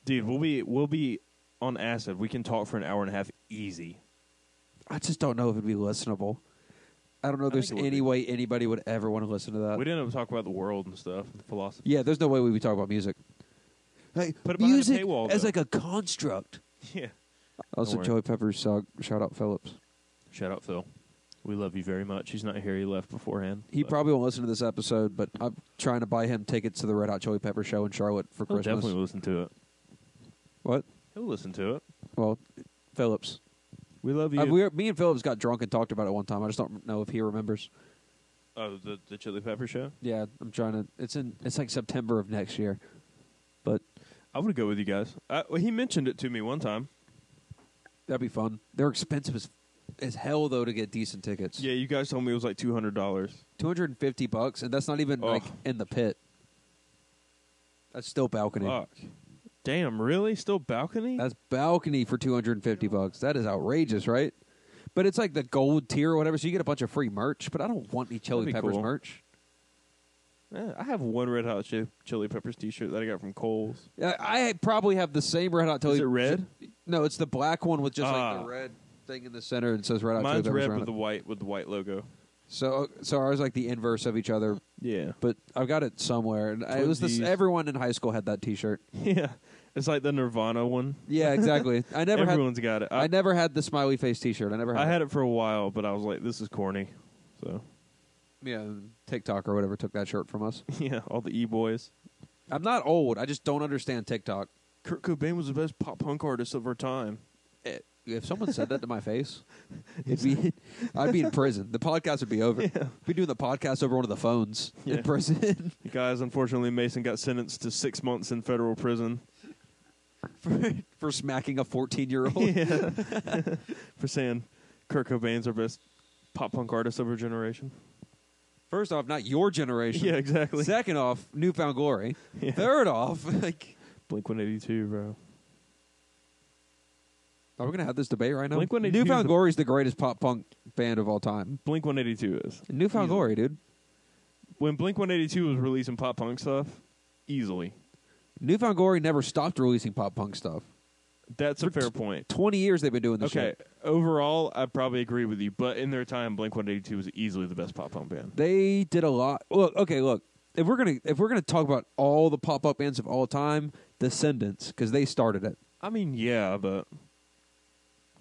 [SPEAKER 1] Dude, we'll be we'll be on acid. We can talk for an hour and a half easy.
[SPEAKER 2] I just don't know if it'd be listenable. I don't know. If
[SPEAKER 1] I
[SPEAKER 2] there's
[SPEAKER 1] think it would
[SPEAKER 2] any
[SPEAKER 1] be.
[SPEAKER 2] way anybody would ever want to listen to that.
[SPEAKER 1] We'd end up talking about the world and stuff, philosophy.
[SPEAKER 2] Yeah, there's no way we'd be talking about music. Hey,
[SPEAKER 1] Put it behind a
[SPEAKER 2] music
[SPEAKER 1] paywall,
[SPEAKER 2] as
[SPEAKER 1] though.
[SPEAKER 2] like a construct.
[SPEAKER 1] Yeah.
[SPEAKER 2] Also,
[SPEAKER 1] worry.
[SPEAKER 2] Joey Pepper's song, shout out Phillips.
[SPEAKER 1] Shout out Phil. We love you very much. He's not here. He left beforehand.
[SPEAKER 2] He
[SPEAKER 1] but
[SPEAKER 2] probably won't listen to this episode, but I'm trying to buy him tickets to the Red Hot Chili Pepper show in Charlotte for
[SPEAKER 1] he'll
[SPEAKER 2] Christmas.
[SPEAKER 1] Oh, definitely listen to it.
[SPEAKER 2] What?
[SPEAKER 1] He'll listen to it.
[SPEAKER 2] Well, Phillips.
[SPEAKER 1] We love you.
[SPEAKER 2] Uh, we, me and Phillips got drunk and talked about it one time. I just don't know if he remembers.
[SPEAKER 1] oh, the the Chili Pepper show.
[SPEAKER 2] Yeah, I'm trying to. It's in. It's like September of next year, but
[SPEAKER 1] I would go with you guys. I, well, he mentioned it to me one time.
[SPEAKER 2] that'd be fun. They're expensive as as hell though to get decent tickets.
[SPEAKER 1] Yeah, you guys told me it was like two hundred dollars.
[SPEAKER 2] two hundred and fifty bucks, and that's not even like
[SPEAKER 1] Ugh.
[SPEAKER 2] in the pit. That's still balcony.
[SPEAKER 1] Fuck. Damn, really? Still balcony?
[SPEAKER 2] That's balcony for two hundred and fifty bucks. That is outrageous, right? But it's like the gold tier or whatever, so you get a bunch of free merch. But I don't want any Chili
[SPEAKER 1] That'd be
[SPEAKER 2] Peppers
[SPEAKER 1] cool.
[SPEAKER 2] merch.
[SPEAKER 1] Yeah, I have one Red Hot Chi- Chili Peppers T-shirt that I got from Cole's.
[SPEAKER 2] I, I probably have the same Red Hot Chili.
[SPEAKER 1] Is it red?
[SPEAKER 2] No, it's the black one with just like
[SPEAKER 1] Ah.
[SPEAKER 2] the red thing in the center and says Red Hot
[SPEAKER 1] Mine's
[SPEAKER 2] Chili Peppers.
[SPEAKER 1] red
[SPEAKER 2] around
[SPEAKER 1] with the
[SPEAKER 2] it.
[SPEAKER 1] white with the white logo.
[SPEAKER 2] So, so ours like the inverse of each other.
[SPEAKER 1] Yeah,
[SPEAKER 2] But I've got it somewhere, and I- it was this.
[SPEAKER 1] Twinsies.
[SPEAKER 2] Everyone in high school had that T-shirt.
[SPEAKER 1] yeah. It's like the Nirvana one.
[SPEAKER 2] Yeah, exactly. I never
[SPEAKER 1] Everyone's
[SPEAKER 2] had.
[SPEAKER 1] got it.
[SPEAKER 2] I, never had the smiley face T-shirt. I never. Had
[SPEAKER 1] I had
[SPEAKER 2] it.
[SPEAKER 1] it for a while, but I was like, this is corny. So
[SPEAKER 2] Yeah, TikTok or whatever took that shirt from us.
[SPEAKER 1] yeah, all the e boys.
[SPEAKER 2] I'm not old. I just don't understand TikTok.
[SPEAKER 1] Kurt Cobain was the best pop punk artist of our time.
[SPEAKER 2] Eh, If someone said that to my face, it'd be, I'd be in prison. The podcast would be over. We'd be doing the podcast over one of the phones
[SPEAKER 1] Yeah.
[SPEAKER 2] in prison.
[SPEAKER 1] Guys, unfortunately, Mason got sentenced to six months in federal prison
[SPEAKER 2] for, for smacking a 14 year old.
[SPEAKER 1] for saying Kurt Cobain's our best pop punk artist of our generation.
[SPEAKER 2] First off, not your generation.
[SPEAKER 1] Yeah, exactly.
[SPEAKER 2] Second off, newfound glory.
[SPEAKER 1] Yeah.
[SPEAKER 2] Third off, like,
[SPEAKER 1] Blink 182, bro.
[SPEAKER 2] are we going to have this debate right now?
[SPEAKER 1] Blink-182 is
[SPEAKER 2] newfound
[SPEAKER 1] the-
[SPEAKER 2] glory is the greatest pop punk band of all time.
[SPEAKER 1] Blink 182 is. Easily.
[SPEAKER 2] Newfound glory, dude.
[SPEAKER 1] When Blink 182 was releasing pop punk stuff, easily.
[SPEAKER 2] Newfound glory never stopped releasing pop punk stuff.
[SPEAKER 1] That's a fair point.
[SPEAKER 2] 20 years they've been doing this
[SPEAKER 1] Okay,
[SPEAKER 2] shit.
[SPEAKER 1] overall, I probably agree with you, but in their time, Blink 182 was easily the best pop punk band.
[SPEAKER 2] They did a lot. Look, okay, look. If we're gonna if we're gonna talk about all the pop up bands of all time, Descendants, because they started it.
[SPEAKER 1] I mean, yeah, but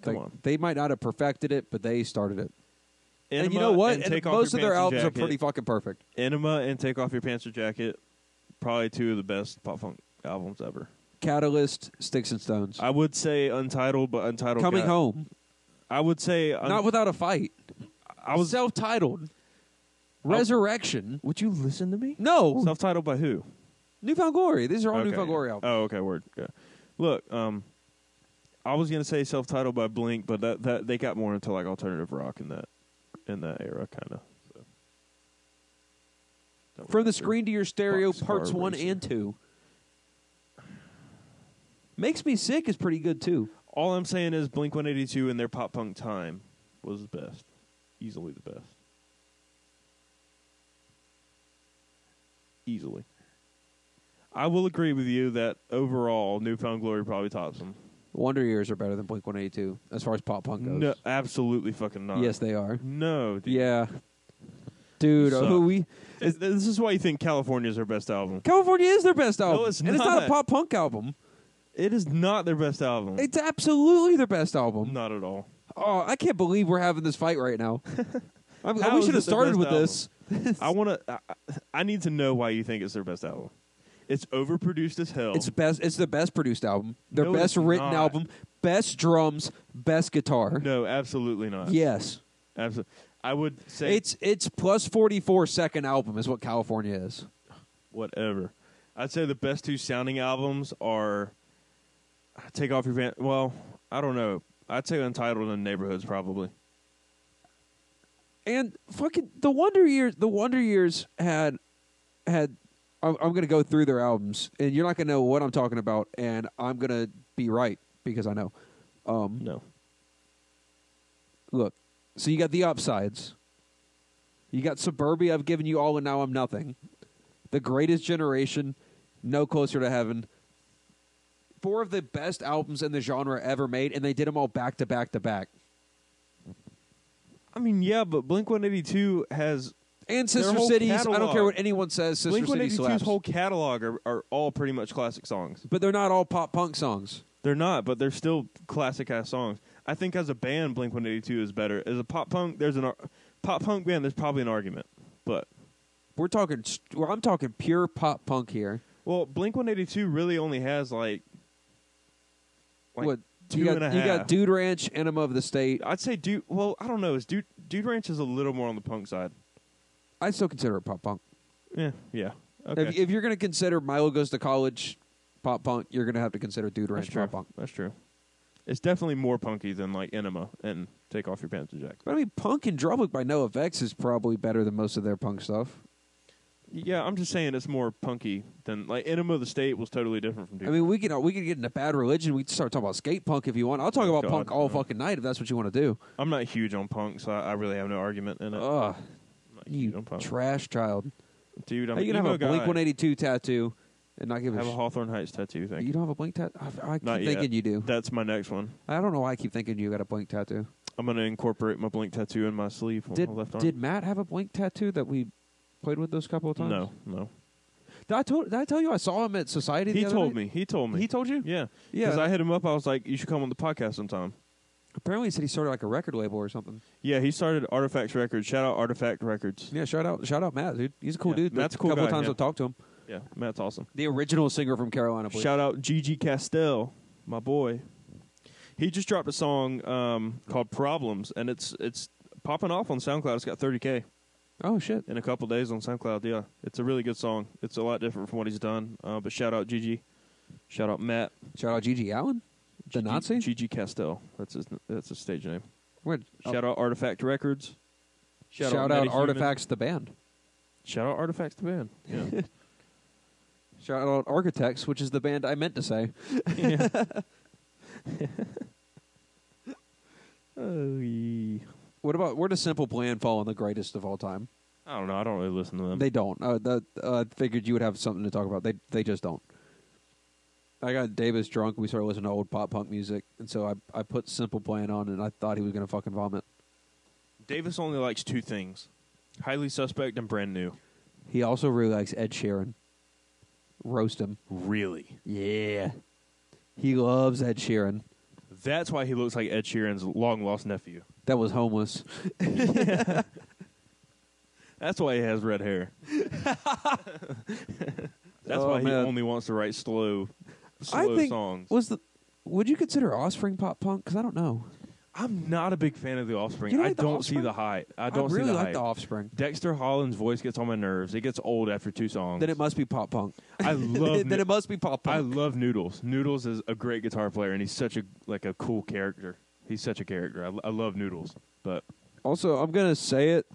[SPEAKER 1] come
[SPEAKER 2] Like,
[SPEAKER 1] on.
[SPEAKER 2] they might not have perfected it, but they started it. and you
[SPEAKER 1] Enema
[SPEAKER 2] know what?
[SPEAKER 1] and
[SPEAKER 2] And
[SPEAKER 1] Take Off
[SPEAKER 2] most
[SPEAKER 1] Your
[SPEAKER 2] of their
[SPEAKER 1] Pants and
[SPEAKER 2] albums are
[SPEAKER 1] Jacket.
[SPEAKER 2] pretty fucking perfect.
[SPEAKER 1] Enema and Take Off Your Pants or Jacket, probably two of the best pop punk albums ever.
[SPEAKER 2] Catalyst, Sticks and Stones,
[SPEAKER 1] I would say Untitled, but Untitled
[SPEAKER 2] Coming
[SPEAKER 1] got-
[SPEAKER 2] Home,
[SPEAKER 1] I would say un-
[SPEAKER 2] not without a fight.
[SPEAKER 1] I was.
[SPEAKER 2] self-titled. Resurrection.
[SPEAKER 1] would you listen to me?
[SPEAKER 2] No,
[SPEAKER 1] Self-titled by who?
[SPEAKER 2] Newfound Glory. These are all
[SPEAKER 1] Okay,
[SPEAKER 2] Newfound
[SPEAKER 1] yeah.
[SPEAKER 2] Glory albums.
[SPEAKER 1] Oh, okay. Word. Yeah. Look, um, I was gonna say self-titled by Blink, but that, that they got more into like alternative rock in that in that era, kind of. So. Don't
[SPEAKER 2] From
[SPEAKER 1] remember.
[SPEAKER 2] the Screen to Your Stereo,
[SPEAKER 1] Boxcar
[SPEAKER 2] Parts One
[SPEAKER 1] Racer.
[SPEAKER 2] and Two. Makes Me Sick is pretty good too.
[SPEAKER 1] All I'm saying is Blink 182 in their pop punk time was the best, easily the best, easily. I will agree with you that overall, Newfound Glory probably tops them.
[SPEAKER 2] Wonder Years are better than Blink One Eighty Two as far as pop punk goes.
[SPEAKER 1] No, absolutely fucking not.
[SPEAKER 2] yes, they are.
[SPEAKER 1] No, dude.
[SPEAKER 2] Yeah, dude.
[SPEAKER 1] Suck.
[SPEAKER 2] Oh, we
[SPEAKER 1] This, this is why you think California is their best album.
[SPEAKER 2] California is their best album,
[SPEAKER 1] it's
[SPEAKER 2] and it's not a
[SPEAKER 1] not.
[SPEAKER 2] pop punk album.
[SPEAKER 1] It is not their best album.
[SPEAKER 2] It's absolutely their best album.
[SPEAKER 1] not at all.
[SPEAKER 2] Oh, I can't believe we're having this fight right now. I'm,
[SPEAKER 1] How
[SPEAKER 2] we
[SPEAKER 1] is
[SPEAKER 2] should
[SPEAKER 1] it
[SPEAKER 2] have
[SPEAKER 1] the
[SPEAKER 2] started
[SPEAKER 1] best
[SPEAKER 2] with
[SPEAKER 1] album?
[SPEAKER 2] this.
[SPEAKER 1] I want to. I, I need to know why you think it's their best album. It's overproduced as hell.
[SPEAKER 2] It's best. It's the best produced album. Their
[SPEAKER 1] No, it's
[SPEAKER 2] best written
[SPEAKER 1] not.
[SPEAKER 2] album. Best drums. Best guitar.
[SPEAKER 1] no, absolutely not.
[SPEAKER 2] Yes.
[SPEAKER 1] absolutely. I would say
[SPEAKER 2] It's it's plus forty four second album is what California is.
[SPEAKER 1] whatever. I'd say the best two sounding albums are Take Off Your Pants. Well, I don't know. I'd say Untitled and Neighborhoods probably.
[SPEAKER 2] and fucking the Wonder Years. The Wonder Years had had. I'm, I'm gonna go through their albums, and you're not gonna know what I'm talking about, and I'm gonna be right because I know. Um,
[SPEAKER 1] No.
[SPEAKER 2] Look, so you got the upsides. You got suburbia. I've given you all, and now I'm nothing. The greatest generation, no closer to heaven. Four of the best albums in the genre ever made, and they did them all back to back to back.
[SPEAKER 1] I mean, yeah, but Blink 182 has Their
[SPEAKER 2] And Sister
[SPEAKER 1] whole
[SPEAKER 2] Cities. I don't
[SPEAKER 1] catalog.
[SPEAKER 2] care what anyone says. Sister
[SPEAKER 1] Blink
[SPEAKER 2] Cities
[SPEAKER 1] 182's
[SPEAKER 2] slaps.
[SPEAKER 1] whole catalog are, are all pretty much classic songs.
[SPEAKER 2] But they're not all pop punk songs.
[SPEAKER 1] They're not, but they're still classic ass songs. I think as a band, Blink 182 is better. As a pop punk, there's an ar- pop punk band. There's probably an argument, but
[SPEAKER 2] We're talking. st- Well, I'm talking pure pop punk here.
[SPEAKER 1] well, Blink 182 really only has like, like
[SPEAKER 2] what
[SPEAKER 1] two
[SPEAKER 2] you got?
[SPEAKER 1] and a
[SPEAKER 2] you got
[SPEAKER 1] half.
[SPEAKER 2] Dude Ranch, Enema of the State.
[SPEAKER 1] I'd say dude. Well, I don't know. Is dude Dude Ranch is a little more on the punk side.
[SPEAKER 2] I still consider it pop punk.
[SPEAKER 1] Yeah, yeah. Okay,
[SPEAKER 2] If, if you're going to consider Milo Goes to College pop punk, you're going to have to consider Dude
[SPEAKER 1] that's
[SPEAKER 2] Ranch
[SPEAKER 1] true.
[SPEAKER 2] pop punk.
[SPEAKER 1] That's true. It's definitely more punky than like Enema and Take Off Your Pants and Jack.
[SPEAKER 2] But I mean, punk and Drublic by No Effects is probably better than most of their punk stuff.
[SPEAKER 1] Yeah, I'm just saying it's more punky than like Enema of the State was totally different from. Dude
[SPEAKER 2] I mean, we can we could get into Bad Religion. We can start talking about skate punk if you want. I'll talk about
[SPEAKER 1] Oh, God,
[SPEAKER 2] punk
[SPEAKER 1] no.
[SPEAKER 2] all fucking night if that's what you want to do.
[SPEAKER 1] I'm not huge on punk, so I, I really have no argument in it.
[SPEAKER 2] Ugh,
[SPEAKER 1] I'm not huge
[SPEAKER 2] you
[SPEAKER 1] on punk.
[SPEAKER 2] trash child.
[SPEAKER 1] Dude, I'm
[SPEAKER 2] How you
[SPEAKER 1] an
[SPEAKER 2] gonna
[SPEAKER 1] emo
[SPEAKER 2] have a Blink
[SPEAKER 1] guy.
[SPEAKER 2] 182 tattoo and not give
[SPEAKER 1] I
[SPEAKER 2] a
[SPEAKER 1] have a
[SPEAKER 2] sh-
[SPEAKER 1] Hawthorne Heights tattoo. Thank
[SPEAKER 2] You
[SPEAKER 1] you.
[SPEAKER 2] don't have a blink tattoo? I, I keep
[SPEAKER 1] Not yet.
[SPEAKER 2] thinking you do.
[SPEAKER 1] That's my next one.
[SPEAKER 2] I don't know why I keep thinking you got a blink tattoo.
[SPEAKER 1] I'm gonna incorporate my blink tattoo in my sleeve. on
[SPEAKER 2] Did
[SPEAKER 1] my left arm.
[SPEAKER 2] did Matt have a blink tattoo that we played with those couple of times?
[SPEAKER 1] no, no.
[SPEAKER 2] Did I, told, did I tell you I saw him at Society? the
[SPEAKER 1] He
[SPEAKER 2] other
[SPEAKER 1] told
[SPEAKER 2] night?
[SPEAKER 1] me. He told me.
[SPEAKER 2] He told you?
[SPEAKER 1] yeah,
[SPEAKER 2] Yeah.
[SPEAKER 1] Because I hit him up. I was like, "You should come on the podcast sometime."
[SPEAKER 2] apparently, he said he started like a record label or something.
[SPEAKER 1] Yeah, he started Artifacts Records. Shout out Artifact Records.
[SPEAKER 2] Yeah. Shout out, shout out, Matt, dude. He's a cool
[SPEAKER 1] Yeah,
[SPEAKER 2] dude. The
[SPEAKER 1] Matt's a cool
[SPEAKER 2] Couple
[SPEAKER 1] guy,
[SPEAKER 2] times
[SPEAKER 1] yeah.
[SPEAKER 2] I've talked to him.
[SPEAKER 1] Yeah, Matt's awesome.
[SPEAKER 2] The original singer from Carolina. Please.
[SPEAKER 1] Shout out Gigi Castell, my boy. He just dropped a song um, called "Problems," and it's it's popping off on SoundCloud. It's got 30k
[SPEAKER 2] oh shit.
[SPEAKER 1] in a couple days on SoundCloud. Yeah, it's a really good song. It's a lot different from what he's done. Uh, but shout out Gigi, shout out Matt,
[SPEAKER 2] Shout out Gigi Allen, the
[SPEAKER 1] Gigi-
[SPEAKER 2] Nazi.
[SPEAKER 1] Gigi Castell. That's his that's his stage name.
[SPEAKER 2] Where- oh,
[SPEAKER 1] Shout out Artifact Records.
[SPEAKER 2] shout
[SPEAKER 1] Metahuman.
[SPEAKER 2] out Artifacts, the band.
[SPEAKER 1] Shout out Artifacts the band. Yeah.
[SPEAKER 2] Shout out Architects, which is the band I meant to say.
[SPEAKER 1] oh, yeah.
[SPEAKER 2] What about where does Simple Plan fall in the greatest of all time?
[SPEAKER 1] I don't know. I don't really listen to them.
[SPEAKER 2] They don't. Uh, the, uh, I figured you would have something to talk about. They they just don't. I got Davis drunk. We started listening to old pop punk music, and so I I put Simple Plan on, and I thought he was gonna fucking vomit.
[SPEAKER 1] Davis only likes two things: highly suspect and brand new.
[SPEAKER 2] He also really likes Ed Sheeran. Roast him.
[SPEAKER 1] Really?
[SPEAKER 2] Yeah. He loves Ed Sheeran.
[SPEAKER 1] That's why he looks like Ed Sheeran's long lost nephew.
[SPEAKER 2] That was homeless.
[SPEAKER 1] That's why he has red hair. That's
[SPEAKER 2] Oh,
[SPEAKER 1] why
[SPEAKER 2] man.
[SPEAKER 1] he only wants to write slow,
[SPEAKER 2] I
[SPEAKER 1] slow
[SPEAKER 2] think
[SPEAKER 1] songs.
[SPEAKER 2] was the. Would you consider Offspring pop punk? Because I don't know.
[SPEAKER 1] I'm not a big fan of the Offspring.
[SPEAKER 2] You don't
[SPEAKER 1] I
[SPEAKER 2] like The
[SPEAKER 1] don't see
[SPEAKER 2] Offspring?
[SPEAKER 1] the hype. I don't
[SPEAKER 2] really
[SPEAKER 1] see the
[SPEAKER 2] like
[SPEAKER 1] hype.
[SPEAKER 2] the Offspring.
[SPEAKER 1] Dexter Holland's voice gets on my nerves. It gets old after two songs.
[SPEAKER 2] Then it must be pop punk.
[SPEAKER 1] I love
[SPEAKER 2] then
[SPEAKER 1] Noo-
[SPEAKER 2] it must be pop
[SPEAKER 1] I
[SPEAKER 2] punk.
[SPEAKER 1] love Noodles. Noodles is a great guitar player, and he's such a like a cool character. He's such a character. I, I love Noodles, but
[SPEAKER 2] Also, I'm gonna say it.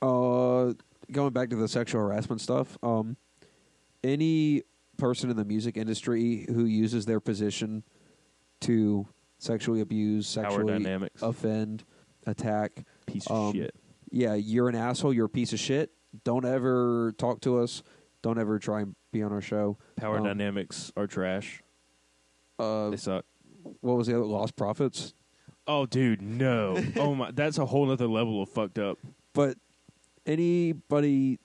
[SPEAKER 2] Uh, going back to the sexual harassment stuff. Um, any person in the music industry who uses their position to sexually abuse,
[SPEAKER 1] Power
[SPEAKER 2] sexually
[SPEAKER 1] Dynamics.
[SPEAKER 2] offend, attack,
[SPEAKER 1] piece
[SPEAKER 2] um,
[SPEAKER 1] of shit.
[SPEAKER 2] Yeah, you're an asshole. You're a piece of shit. Don't ever talk to us. Don't ever try and be on our show.
[SPEAKER 1] Power
[SPEAKER 2] um,
[SPEAKER 1] Dynamics are trash.
[SPEAKER 2] Uh,
[SPEAKER 1] They suck.
[SPEAKER 2] what was the other Lost Profits?
[SPEAKER 1] Oh, dude, no. oh my, that's a whole other level of fucked up.
[SPEAKER 2] but anybody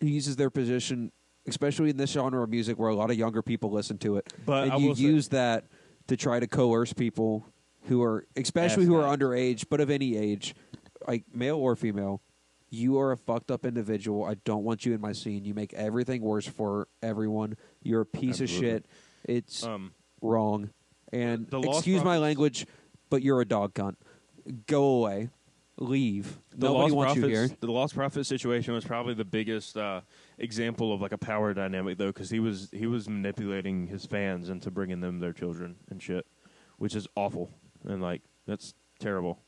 [SPEAKER 2] who uses their position, especially in this genre of music where a lot of younger people listen to it,
[SPEAKER 1] But
[SPEAKER 2] and
[SPEAKER 1] I
[SPEAKER 2] you
[SPEAKER 1] will say-
[SPEAKER 2] use that to try to coerce people who are, especially who are
[SPEAKER 1] Ass
[SPEAKER 2] underage, but of any age, like male or female, you are a fucked up individual. I don't want you in my scene. You make everything worse for everyone. You're a piece
[SPEAKER 1] Absolutely.
[SPEAKER 2] of shit. It's
[SPEAKER 1] Um,
[SPEAKER 2] wrong. And
[SPEAKER 1] The Lost
[SPEAKER 2] excuse my
[SPEAKER 1] Prophets-
[SPEAKER 2] language, but you're a dog cunt. Go away. Leave.
[SPEAKER 1] the
[SPEAKER 2] Nobody
[SPEAKER 1] Lost
[SPEAKER 2] wants
[SPEAKER 1] Prophets,
[SPEAKER 2] you here.
[SPEAKER 1] The Lost Prophet situation was probably the biggest uh, example of like a power dynamic, though, because he was he was manipulating his fans into bringing them their children and shit, which is awful. And like, That's terrible.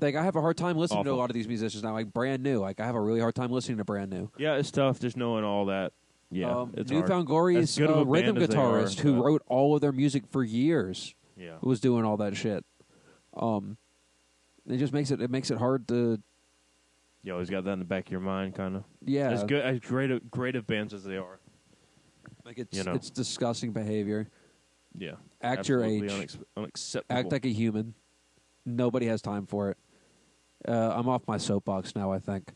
[SPEAKER 2] Like I have a hard time listening to
[SPEAKER 1] Awful.
[SPEAKER 2] a lot of these musicians now, like brand new. Like I have a really hard time listening to brand new.
[SPEAKER 1] Yeah, it's tough just knowing all that. Yeah,
[SPEAKER 2] um,
[SPEAKER 1] it's
[SPEAKER 2] Newfound
[SPEAKER 1] hard.
[SPEAKER 2] Glory
[SPEAKER 1] As
[SPEAKER 2] is
[SPEAKER 1] good of
[SPEAKER 2] a
[SPEAKER 1] a
[SPEAKER 2] rhythm
[SPEAKER 1] band as they are,
[SPEAKER 2] guitarist who
[SPEAKER 1] but-
[SPEAKER 2] wrote all of their music for years.
[SPEAKER 1] Yeah,
[SPEAKER 2] was doing all that shit. Um, it just makes it it makes it hard to
[SPEAKER 1] you always got that in the back of your mind, kind of.
[SPEAKER 2] yeah.
[SPEAKER 1] As good, as great, of, great of bands as they are.
[SPEAKER 2] Like it's
[SPEAKER 1] you know.
[SPEAKER 2] it's disgusting behavior.
[SPEAKER 1] Yeah,
[SPEAKER 2] Act your
[SPEAKER 1] Absolutely
[SPEAKER 2] age.
[SPEAKER 1] unex- unacceptable.
[SPEAKER 2] Act like a human. Nobody has time for it. Uh, I'm off my soapbox now. I think.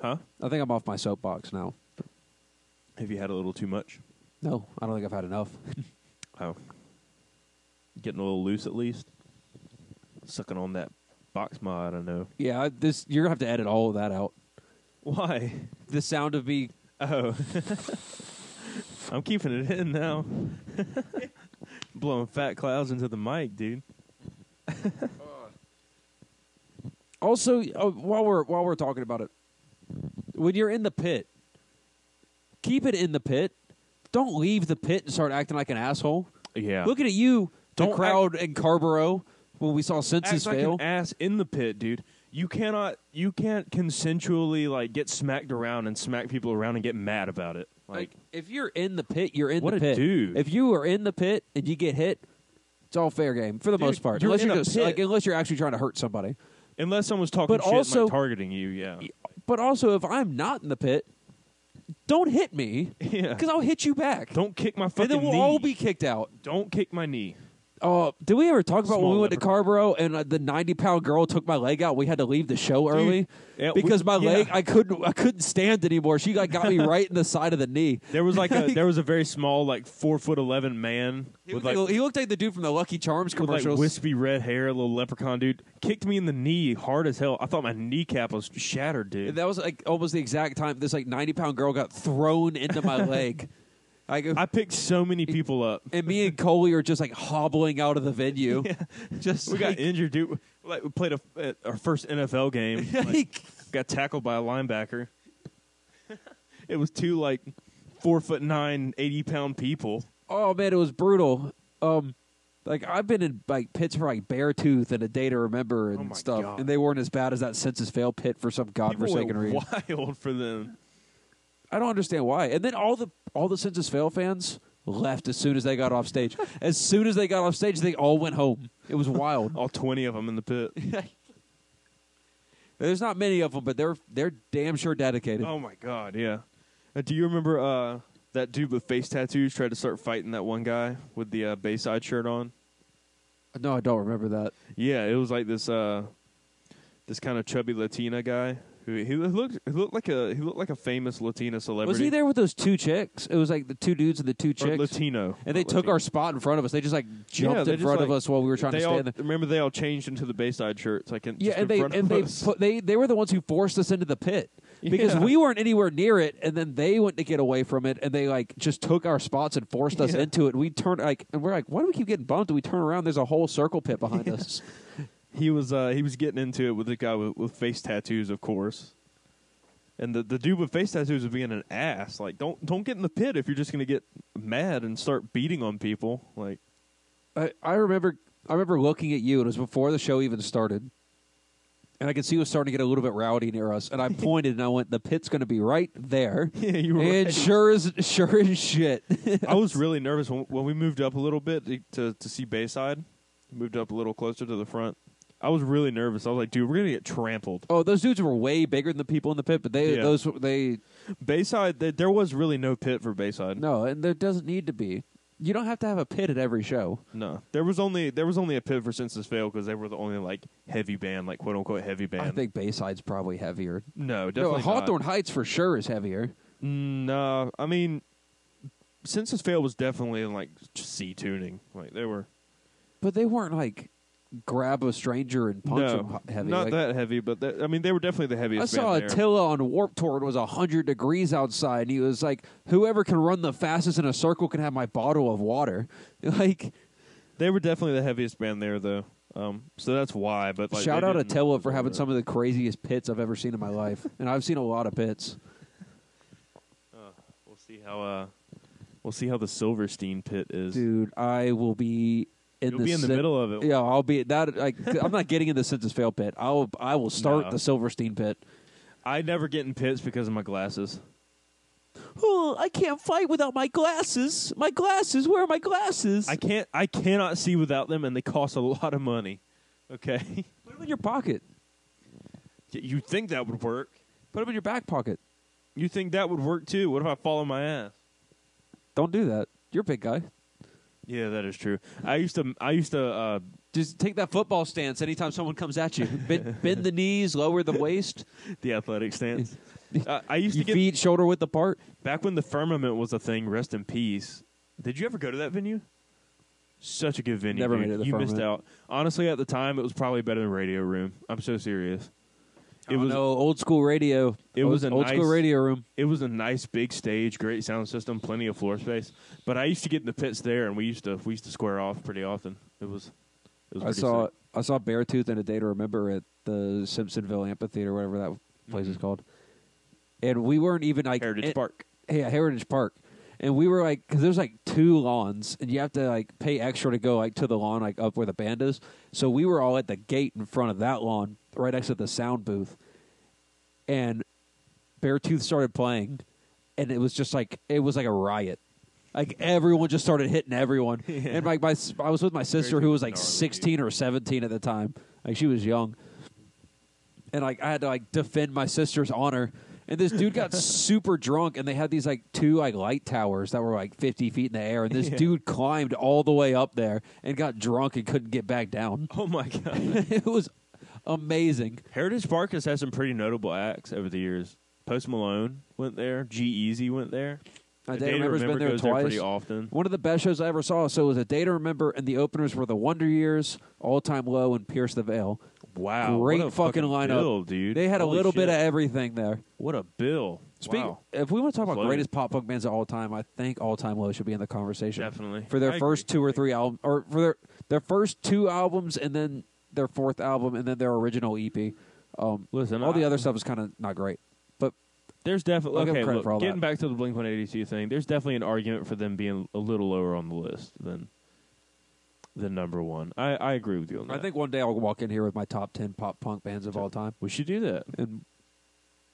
[SPEAKER 1] huh?
[SPEAKER 2] I think I'm off my soapbox now.
[SPEAKER 1] Have you had a little too much?
[SPEAKER 2] No, I don't think I've had enough.
[SPEAKER 1] Oh, getting a little loose at least. Sucking on that box mod, I know.
[SPEAKER 2] yeah, I- this you're gonna have to edit all of that out.
[SPEAKER 1] Why?
[SPEAKER 2] The sound of me.
[SPEAKER 1] Oh, I'm keeping it in now. Blowing fat clouds into the mic, dude.
[SPEAKER 2] Also, uh, while we're while we're talking about it, when you're in the pit, keep it in the pit. Don't leave the pit and start acting like an asshole.
[SPEAKER 1] Yeah,
[SPEAKER 2] Looking at you, the
[SPEAKER 1] Don't act-
[SPEAKER 2] crowd in Carborough when we saw
[SPEAKER 1] act
[SPEAKER 2] census
[SPEAKER 1] like
[SPEAKER 2] fail.
[SPEAKER 1] an ass in the pit, dude. You cannot, you can't consensually like get smacked around and smack people around and get mad about it. Like,
[SPEAKER 2] Like, if you're in the pit, you're in
[SPEAKER 1] What
[SPEAKER 2] the
[SPEAKER 1] a
[SPEAKER 2] pit.
[SPEAKER 1] dude.
[SPEAKER 2] If you are in the pit and you get hit, it's all fair game for the
[SPEAKER 1] Dude,
[SPEAKER 2] most part.
[SPEAKER 1] you're
[SPEAKER 2] unless
[SPEAKER 1] in
[SPEAKER 2] you're
[SPEAKER 1] a
[SPEAKER 2] just,
[SPEAKER 1] pit.
[SPEAKER 2] like unless you're actually trying to hurt somebody.
[SPEAKER 1] unless someone's talking
[SPEAKER 2] But
[SPEAKER 1] shit, and,
[SPEAKER 2] also-
[SPEAKER 1] like targeting you, yeah,
[SPEAKER 2] But also, if I'm not in the pit, don't hit me
[SPEAKER 1] yeah.
[SPEAKER 2] because I'll hit you back.
[SPEAKER 1] Don't kick my
[SPEAKER 2] and
[SPEAKER 1] fucking
[SPEAKER 2] then we'll
[SPEAKER 1] knee.
[SPEAKER 2] all be kicked out.
[SPEAKER 1] Don't kick my knee.
[SPEAKER 2] Oh, did we ever talk about when
[SPEAKER 1] Small
[SPEAKER 2] we went to Carborough and uh, the ninety pound girl took my leg out? We had to leave the show early
[SPEAKER 1] yeah, we-
[SPEAKER 2] because my
[SPEAKER 1] yeah.
[SPEAKER 2] leg I couldn't I couldn't stand anymore. She like got me right in the side of the knee.
[SPEAKER 1] There was like a there was a very small like four foot eleven man
[SPEAKER 2] He
[SPEAKER 1] with
[SPEAKER 2] looked,
[SPEAKER 1] like,
[SPEAKER 2] like, he looked like the dude from the Lucky Charms
[SPEAKER 1] with like
[SPEAKER 2] commercials.
[SPEAKER 1] wispy red hair, a little leprechaun dude, kicked me in the knee hard as hell. I thought my kneecap was shattered, dude.
[SPEAKER 2] And that was like almost the exact time this like ninety pound girl got thrown into my leg. Like,
[SPEAKER 1] I picked so many people up.
[SPEAKER 2] and me and Coley are just like hobbling out of the venue. Just
[SPEAKER 1] We got
[SPEAKER 2] like-
[SPEAKER 1] injured, dude. Like we played a, uh, our first NFL game. Like,
[SPEAKER 2] like,
[SPEAKER 1] got tackled by a linebacker. it was two like four foot nine, 80 pound people.
[SPEAKER 2] oh man, it was brutal. Um, like I've been in like pits for like Bear Tooth and a day to remember and
[SPEAKER 1] Oh my
[SPEAKER 2] stuff,
[SPEAKER 1] God.
[SPEAKER 2] and they weren't as bad as that census fail pit for some
[SPEAKER 1] People
[SPEAKER 2] godforsaken
[SPEAKER 1] went
[SPEAKER 2] reason.
[SPEAKER 1] wild for them.
[SPEAKER 2] I don't understand why. And then all the all the census fail fans left as soon as they got off stage. as soon as they got off stage, they all went home. It was wild.
[SPEAKER 1] All 20 of them in the pit.
[SPEAKER 2] There's not many of them, but they're they're damn sure dedicated.
[SPEAKER 1] Oh my god, yeah. Uh, do you remember uh, that dude with face tattoos tried to start fighting that one guy with the uh, Bayside shirt on?
[SPEAKER 2] No, I don't remember that.
[SPEAKER 1] Yeah, it was like this uh, this kind of chubby Latina guy who he looked he looked like a he looked like a famous Latina celebrity.
[SPEAKER 2] Was he there with those two chicks? It was like the two dudes and the two
[SPEAKER 1] Or
[SPEAKER 2] chicks.
[SPEAKER 1] Latino?
[SPEAKER 2] and they
[SPEAKER 1] not
[SPEAKER 2] took
[SPEAKER 1] Latino.
[SPEAKER 2] our spot in front of us. They just like jumped
[SPEAKER 1] they
[SPEAKER 2] in
[SPEAKER 1] just,
[SPEAKER 2] front of
[SPEAKER 1] like-
[SPEAKER 2] us while we were trying
[SPEAKER 1] they
[SPEAKER 2] to
[SPEAKER 1] all,
[SPEAKER 2] stand there.
[SPEAKER 1] Remember, they all changed into the Bayside shirts. Like in,
[SPEAKER 2] Yeah,
[SPEAKER 1] just
[SPEAKER 2] and
[SPEAKER 1] in
[SPEAKER 2] they
[SPEAKER 1] front
[SPEAKER 2] and
[SPEAKER 1] of
[SPEAKER 2] they
[SPEAKER 1] us.
[SPEAKER 2] put, they they were the ones who forced us into the pit because
[SPEAKER 1] Yeah.
[SPEAKER 2] we weren't anywhere near it, and then they went to get away from it, and they like just took our spots and forced us
[SPEAKER 1] Yeah.
[SPEAKER 2] into it. We turned like, and we're like, why do we keep getting bumped? And we turn around, there's a whole circle pit behind us.
[SPEAKER 1] He was uh, he was getting into it with the guy with, with face tattoos, of course. And the, the dude with face tattoos was being an ass. Like, don't don't get in the pit if you're just gonna get mad and start beating on people. Like,
[SPEAKER 2] I, I remember I remember looking at you, and it was before the show even started, and I could see it was starting to get a little bit rowdy near us, and I pointed and I went, the pit's going to be right there.
[SPEAKER 1] yeah, you were.
[SPEAKER 2] And sure as sure as shit,
[SPEAKER 1] I was really nervous when when we moved up a little bit to to, to see Bayside. Moved up a little closer to the front. I was really nervous. I was like, dude, we're gonna get trampled.
[SPEAKER 2] oh, those dudes were way bigger than the people in the pit, but they
[SPEAKER 1] Yeah.
[SPEAKER 2] those they
[SPEAKER 1] Bayside, th- there was really no pit for Bayside.
[SPEAKER 2] No, and there doesn't need to be. You don't have to have a pit at every show.
[SPEAKER 1] No, there was only there was only a pit for Census Fail because they were the only like heavy band, like quote unquote heavy band.
[SPEAKER 2] I think Bayside's probably heavier.
[SPEAKER 1] no, definitely
[SPEAKER 2] no,
[SPEAKER 1] not.
[SPEAKER 2] Hawthorne Heights for sure is heavier.
[SPEAKER 1] No, Mm, I mean, Census Fail was definitely in like C tuning. Like they were
[SPEAKER 2] But they weren't like grab a stranger and punch
[SPEAKER 1] no,
[SPEAKER 2] him heavy.
[SPEAKER 1] not
[SPEAKER 2] Like,
[SPEAKER 1] that heavy, but they, I mean they were definitely the heaviest.
[SPEAKER 2] I saw
[SPEAKER 1] band there.
[SPEAKER 2] Attila on Warp Tour and it was 100 degrees outside, and he was like, whoever can run the fastest in a circle can have my bottle of water. Like,
[SPEAKER 1] They were definitely the heaviest band there, though. Um, so that's why. But like,
[SPEAKER 2] shout
[SPEAKER 1] they
[SPEAKER 2] out
[SPEAKER 1] didn't-
[SPEAKER 2] Attila for having some of the craziest pits I've ever seen in my life. and I've seen a lot of pits.
[SPEAKER 1] We'll see how. Uh, we'll see how the Silverstein pit is.
[SPEAKER 2] Dude, I will be in
[SPEAKER 1] You'll
[SPEAKER 2] the
[SPEAKER 1] be in the
[SPEAKER 2] sen-
[SPEAKER 1] middle of it.
[SPEAKER 2] Yeah, I'll be that. Like, I'm not getting in the census fail pit. I'll I will start
[SPEAKER 1] No.
[SPEAKER 2] the Silverstein pit.
[SPEAKER 1] I never get in pits because of my glasses.
[SPEAKER 2] Oh, I can't fight without my glasses. My glasses. Where are my glasses?
[SPEAKER 1] I can't. I cannot see without them, and they cost a lot of money. Okay,
[SPEAKER 2] put them in your pocket.
[SPEAKER 1] you think that would work?
[SPEAKER 2] Put them in your back pocket.
[SPEAKER 1] You think that would work too? What if I fall on my ass?
[SPEAKER 2] Don't do that. You're a big guy.
[SPEAKER 1] Yeah, that is true. I used to. I used to. Uh,
[SPEAKER 2] Just take that football stance anytime someone comes at you. Bend, bend the knees, lower the waist,
[SPEAKER 1] the athletic stance. Uh, I used to
[SPEAKER 2] your
[SPEAKER 1] get
[SPEAKER 2] feet shoulder width apart.
[SPEAKER 1] back when the firmament was a thing. Rest in peace. Did you ever go to that venue? Such a good venue.
[SPEAKER 2] Never
[SPEAKER 1] dude.
[SPEAKER 2] made it to the
[SPEAKER 1] You missed
[SPEAKER 2] Firmament.
[SPEAKER 1] out. Honestly, at the time, it was probably better than Radio Room. I'm so serious. It
[SPEAKER 2] It was
[SPEAKER 1] was.
[SPEAKER 2] no old school radio.
[SPEAKER 1] It
[SPEAKER 2] old,
[SPEAKER 1] was a
[SPEAKER 2] old school
[SPEAKER 1] nice-
[SPEAKER 2] radio room.
[SPEAKER 1] It was a nice big stage, great sound system, plenty of floor space. But I used to get in the pits there, and we used to we used to square off pretty often. It was. It was
[SPEAKER 2] I
[SPEAKER 1] pretty
[SPEAKER 2] saw
[SPEAKER 1] sick.
[SPEAKER 2] I saw Beartooth and a Day to Remember at the Simpsonville Amphitheater, whatever that place is called. And we weren't even like
[SPEAKER 1] Mm-hmm. Heritage
[SPEAKER 2] it-
[SPEAKER 1] Park.
[SPEAKER 2] Yeah, Heritage Park. And we were like, because there's like two lawns, and you have to like pay extra to go like to the lawn like up where the band is. So we were all at the gate in front of that lawn, right next to the sound booth, and Beartooth started playing, and it was just like it was like a riot. Like everyone just started hitting everyone, and like my s- I was with my sister who was like
[SPEAKER 1] Gnarly, dude.
[SPEAKER 2] 16 or 17 at the time, like she was young, and like I had to like defend my sister's honor. And this dude got super drunk, and they had these like two like light towers that were like 50 feet in the air, and this
[SPEAKER 1] Yeah.
[SPEAKER 2] dude climbed all the way up there and got drunk and couldn't get back down.
[SPEAKER 1] Oh my god.
[SPEAKER 2] it was amazing.
[SPEAKER 1] Heritage Park has had some pretty notable acts over the years. Post Malone went there. G Easy went there.
[SPEAKER 2] I
[SPEAKER 1] Data
[SPEAKER 2] remember has been there
[SPEAKER 1] goes
[SPEAKER 2] twice.
[SPEAKER 1] pretty often.
[SPEAKER 2] One of the best shows I ever saw. So it was a day to remember, and the openers were the Wonder Years, All Time Low, and Pierce the Veil.
[SPEAKER 1] Wow,
[SPEAKER 2] great
[SPEAKER 1] what a
[SPEAKER 2] fucking lineup,
[SPEAKER 1] bill, dude.
[SPEAKER 2] They had a
[SPEAKER 1] Holy
[SPEAKER 2] little bit
[SPEAKER 1] shit.
[SPEAKER 2] of everything there.
[SPEAKER 1] what a bill.
[SPEAKER 2] Speak,
[SPEAKER 1] wow.
[SPEAKER 2] if we want to talk about
[SPEAKER 1] Loaded.
[SPEAKER 2] greatest pop punk bands of all time, I think All Time Low should be in the conversation.
[SPEAKER 1] Definitely.
[SPEAKER 2] for their
[SPEAKER 1] I
[SPEAKER 2] first
[SPEAKER 1] agree.
[SPEAKER 2] two or three albums, or for their their first two albums, and then their fourth album, and then their original EP. Um,
[SPEAKER 1] Listen,
[SPEAKER 2] all the
[SPEAKER 1] I-
[SPEAKER 2] other stuff is kind of not great, but
[SPEAKER 1] There's definitely
[SPEAKER 2] I'll give 'em
[SPEAKER 1] okay.
[SPEAKER 2] credit
[SPEAKER 1] Look,
[SPEAKER 2] for all
[SPEAKER 1] getting
[SPEAKER 2] that.
[SPEAKER 1] back to the Blink 182 thing, there's definitely an argument for them being a little lower on the list than than number one. I, I agree with you on that.
[SPEAKER 2] I think one day I'll walk in here with my top ten pop punk bands of all time,
[SPEAKER 1] we should do that.
[SPEAKER 2] and,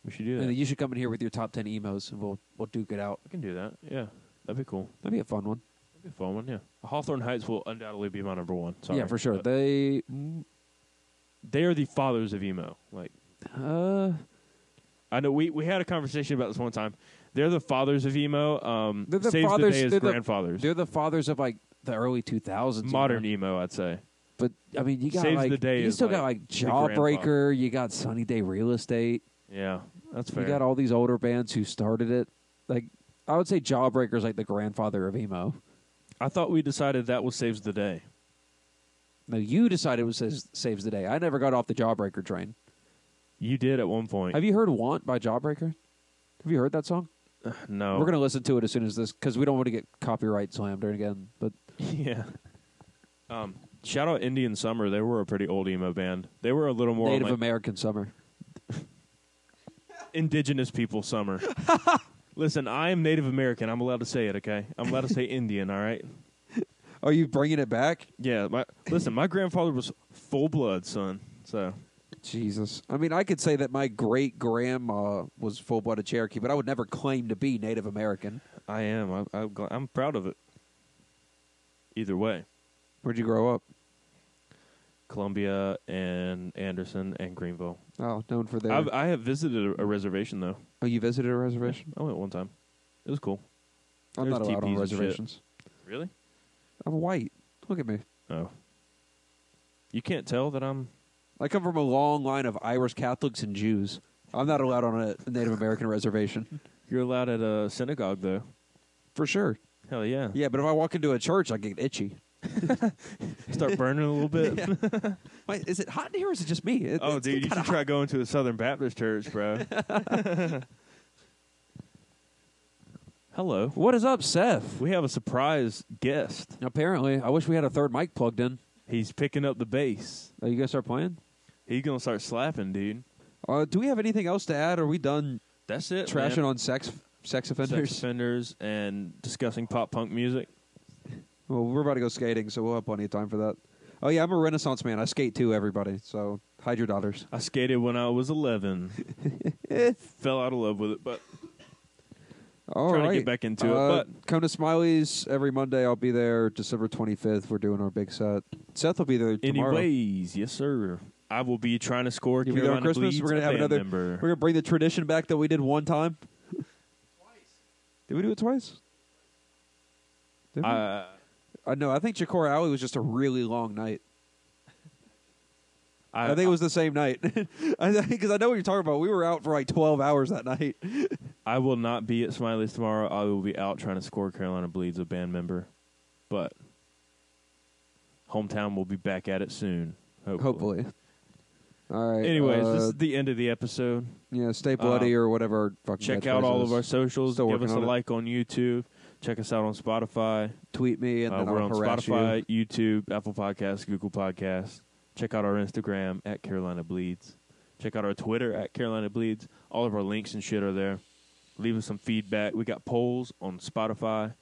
[SPEAKER 1] We should do that.
[SPEAKER 2] and you should come in here with your top ten emos, and we'll we'll duke it out.
[SPEAKER 1] we can do that. Yeah, that'd be cool.
[SPEAKER 2] That'd be a fun one.
[SPEAKER 1] That'd be a fun one. Yeah, Hawthorne Heights will undoubtedly be my number one. Sorry. Uh,
[SPEAKER 2] Yeah, for sure.
[SPEAKER 1] But
[SPEAKER 2] They, mm,
[SPEAKER 1] they are the fathers of emo. Like
[SPEAKER 2] uh,
[SPEAKER 1] I know we, we had a conversation about this one time. They're the fathers of emo. Um,
[SPEAKER 2] They're the
[SPEAKER 1] Saves
[SPEAKER 2] fathers-
[SPEAKER 1] the day
[SPEAKER 2] they're
[SPEAKER 1] as
[SPEAKER 2] the-
[SPEAKER 1] grandfathers.
[SPEAKER 2] they're the fathers of like the early two thousands,
[SPEAKER 1] Modern emo, I'd say.
[SPEAKER 2] But I mean, you got
[SPEAKER 1] Saves
[SPEAKER 2] like
[SPEAKER 1] the Day
[SPEAKER 2] you
[SPEAKER 1] is,
[SPEAKER 2] still got like
[SPEAKER 1] like, the
[SPEAKER 2] Jawbreaker, you got Sunny Day Real Estate,
[SPEAKER 1] Yeah, that's fair.
[SPEAKER 2] you got all these older bands who started it. Like I would say, Jawbreaker's like the grandfather of emo.
[SPEAKER 1] I thought we decided that was saves the day.
[SPEAKER 2] No, you decided it was saves, saves the day. I never got off the Jawbreaker train.
[SPEAKER 1] You did at one point.
[SPEAKER 2] Have you heard "Want" by Jawbreaker? Have you heard that song?
[SPEAKER 1] no,
[SPEAKER 2] We're gonna listen to it as soon as this because we don't want to get copyright slammed or again. But
[SPEAKER 1] yeah. Um, shout out Indian Summer. They were a pretty old emo band. They were a little more on,
[SPEAKER 2] Native
[SPEAKER 1] like,
[SPEAKER 2] American Summer.
[SPEAKER 1] indigenous people summer. Listen, I am Native American. I'm allowed to say it. Okay, I'm allowed to say Indian. All right.
[SPEAKER 2] Are you bringing it back?
[SPEAKER 1] Yeah. My listen. My grandfather was full blood, son. So
[SPEAKER 2] Jesus. I mean, I could say that my great grandma was full blooded Cherokee, but I would never claim to be Native American.
[SPEAKER 1] I am. I, I'm, gl- I'm proud of it. Either way,
[SPEAKER 2] Where'd you grow up?
[SPEAKER 1] Columbia and Anderson and Greenville.
[SPEAKER 2] Oh, known for their.
[SPEAKER 1] I've, I have visited a, a reservation though.
[SPEAKER 2] oh, you visited a reservation?
[SPEAKER 1] I went one time. It was cool.
[SPEAKER 2] I'm not
[SPEAKER 1] There's
[SPEAKER 2] allowed on
[SPEAKER 1] teepees and shit.
[SPEAKER 2] reservations.
[SPEAKER 1] Really?
[SPEAKER 2] I'm white. Look at me.
[SPEAKER 1] Oh. You can't tell that I'm.
[SPEAKER 2] I come from a long line of Irish Catholics and Jews. I'm not allowed on a Native American reservation.
[SPEAKER 1] You're allowed at a synagogue though.
[SPEAKER 2] For sure.
[SPEAKER 1] Hell yeah.
[SPEAKER 2] Yeah, but if I walk into a church, I get itchy.
[SPEAKER 1] Start burning a little bit.
[SPEAKER 2] Wait, is it hot in here or is it just me? It-
[SPEAKER 1] Oh,
[SPEAKER 2] it's
[SPEAKER 1] dude, you
[SPEAKER 2] kinda
[SPEAKER 1] should try going to a Southern Baptist church, bro. Hello.
[SPEAKER 2] hot. What is up, Seth?
[SPEAKER 1] We have a surprise guest.
[SPEAKER 2] Apparently, I wish we had a third mic plugged in.
[SPEAKER 1] He's picking up the bass.
[SPEAKER 2] Are you guys start playing?
[SPEAKER 1] He's gonna start slapping, dude.
[SPEAKER 2] Uh, do we have anything else to add? Are we done
[SPEAKER 1] That's it.
[SPEAKER 2] trashing
[SPEAKER 1] man.
[SPEAKER 2] on sex sex
[SPEAKER 1] Sex
[SPEAKER 2] offenders?
[SPEAKER 1] offenders and discussing pop punk music.
[SPEAKER 2] Well, we're about to go skating, so we'll have plenty of time for that. Oh yeah, I'm a Renaissance man. I skate too, everybody. So hide your daughters.
[SPEAKER 1] I skated when I was 11. Fell out of love with it, but
[SPEAKER 2] All right,
[SPEAKER 1] Trying to get back into it,
[SPEAKER 2] Uh,
[SPEAKER 1] but-
[SPEAKER 2] come to Smiley's every Monday. I'll be there December 25th. We're doing our big set. Seth will be there tomorrow.
[SPEAKER 1] anyways, yes, sir. I will be trying to score
[SPEAKER 2] You'll be there on
[SPEAKER 1] Carolina
[SPEAKER 2] Christmas.
[SPEAKER 1] Bleeds,
[SPEAKER 2] we're gonna
[SPEAKER 1] a
[SPEAKER 2] have
[SPEAKER 1] band
[SPEAKER 2] another.
[SPEAKER 1] member.
[SPEAKER 2] We're gonna bring the tradition back that we did one time. Twice. Did we do it twice? Did we?
[SPEAKER 1] Uh,
[SPEAKER 2] Uh, no, I think Chikora Alley was just a really long night. I,
[SPEAKER 1] I,
[SPEAKER 2] think it was the same night. Because I, know what you're talking about. We were out for like 12 hours that night.
[SPEAKER 1] I will not be at Smiley's tomorrow. I will be out trying to score Carolina Bleeds, a band member. But hometown will be back at it soon. Hopefully.
[SPEAKER 2] Hopefully. All right.
[SPEAKER 1] Anyways,
[SPEAKER 2] uh,
[SPEAKER 1] this is the end of the episode.
[SPEAKER 2] yeah, stay bloody
[SPEAKER 1] um,
[SPEAKER 2] or whatever. our Fucking
[SPEAKER 1] Check
[SPEAKER 2] catchphrase
[SPEAKER 1] out all of
[SPEAKER 2] is.
[SPEAKER 1] our socials.
[SPEAKER 2] Still
[SPEAKER 1] Give
[SPEAKER 2] working
[SPEAKER 1] us a
[SPEAKER 2] on it.
[SPEAKER 1] like on YouTube. Check us out on Spotify.
[SPEAKER 2] tweet me and
[SPEAKER 1] Uh,
[SPEAKER 2] then
[SPEAKER 1] we're
[SPEAKER 2] I'll
[SPEAKER 1] on
[SPEAKER 2] harass you.
[SPEAKER 1] Spotify, YouTube, Apple Podcasts, Google Podcasts. Check out our Instagram at Carolina Bleeds. Check out our Twitter at Carolina Bleeds. All of our links and shit are there. Leave us some feedback. We got polls on Spotify.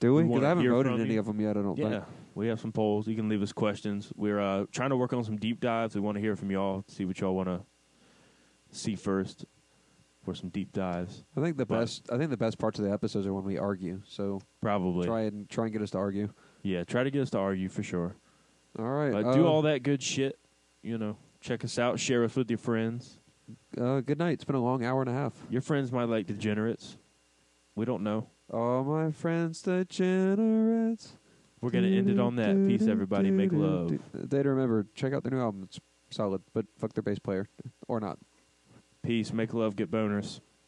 [SPEAKER 2] Do
[SPEAKER 1] we
[SPEAKER 2] we? Because
[SPEAKER 1] wanna
[SPEAKER 2] I haven't
[SPEAKER 1] hear
[SPEAKER 2] voted
[SPEAKER 1] from
[SPEAKER 2] any
[SPEAKER 1] you.
[SPEAKER 2] of them yet. I don't
[SPEAKER 1] Yeah,
[SPEAKER 2] think.
[SPEAKER 1] we have some polls. You can leave us questions. We're uh, trying to work on some deep dives. We want to hear from y'all, see what y'all want to see first for some deep dives.
[SPEAKER 2] I think the
[SPEAKER 1] But-
[SPEAKER 2] best. I think the best parts of the episodes are when we argue. So
[SPEAKER 1] Probably.
[SPEAKER 2] try and try and get us to argue.
[SPEAKER 1] Yeah, try to get us to argue for sure.
[SPEAKER 2] All right.
[SPEAKER 1] But
[SPEAKER 2] uh,
[SPEAKER 1] do all that good shit. You know, check us out. Share us with your friends.
[SPEAKER 2] Uh, good night. It's been a long hour and a half.
[SPEAKER 1] Your friends might like degenerates. We don't know.
[SPEAKER 2] All my friends degenerates.
[SPEAKER 1] We're going to end it on that. Peace, everybody. Make love.
[SPEAKER 2] They remember. Check out their new album. It's solid, but fuck their bass player or not.
[SPEAKER 1] Peace, make love, get boners.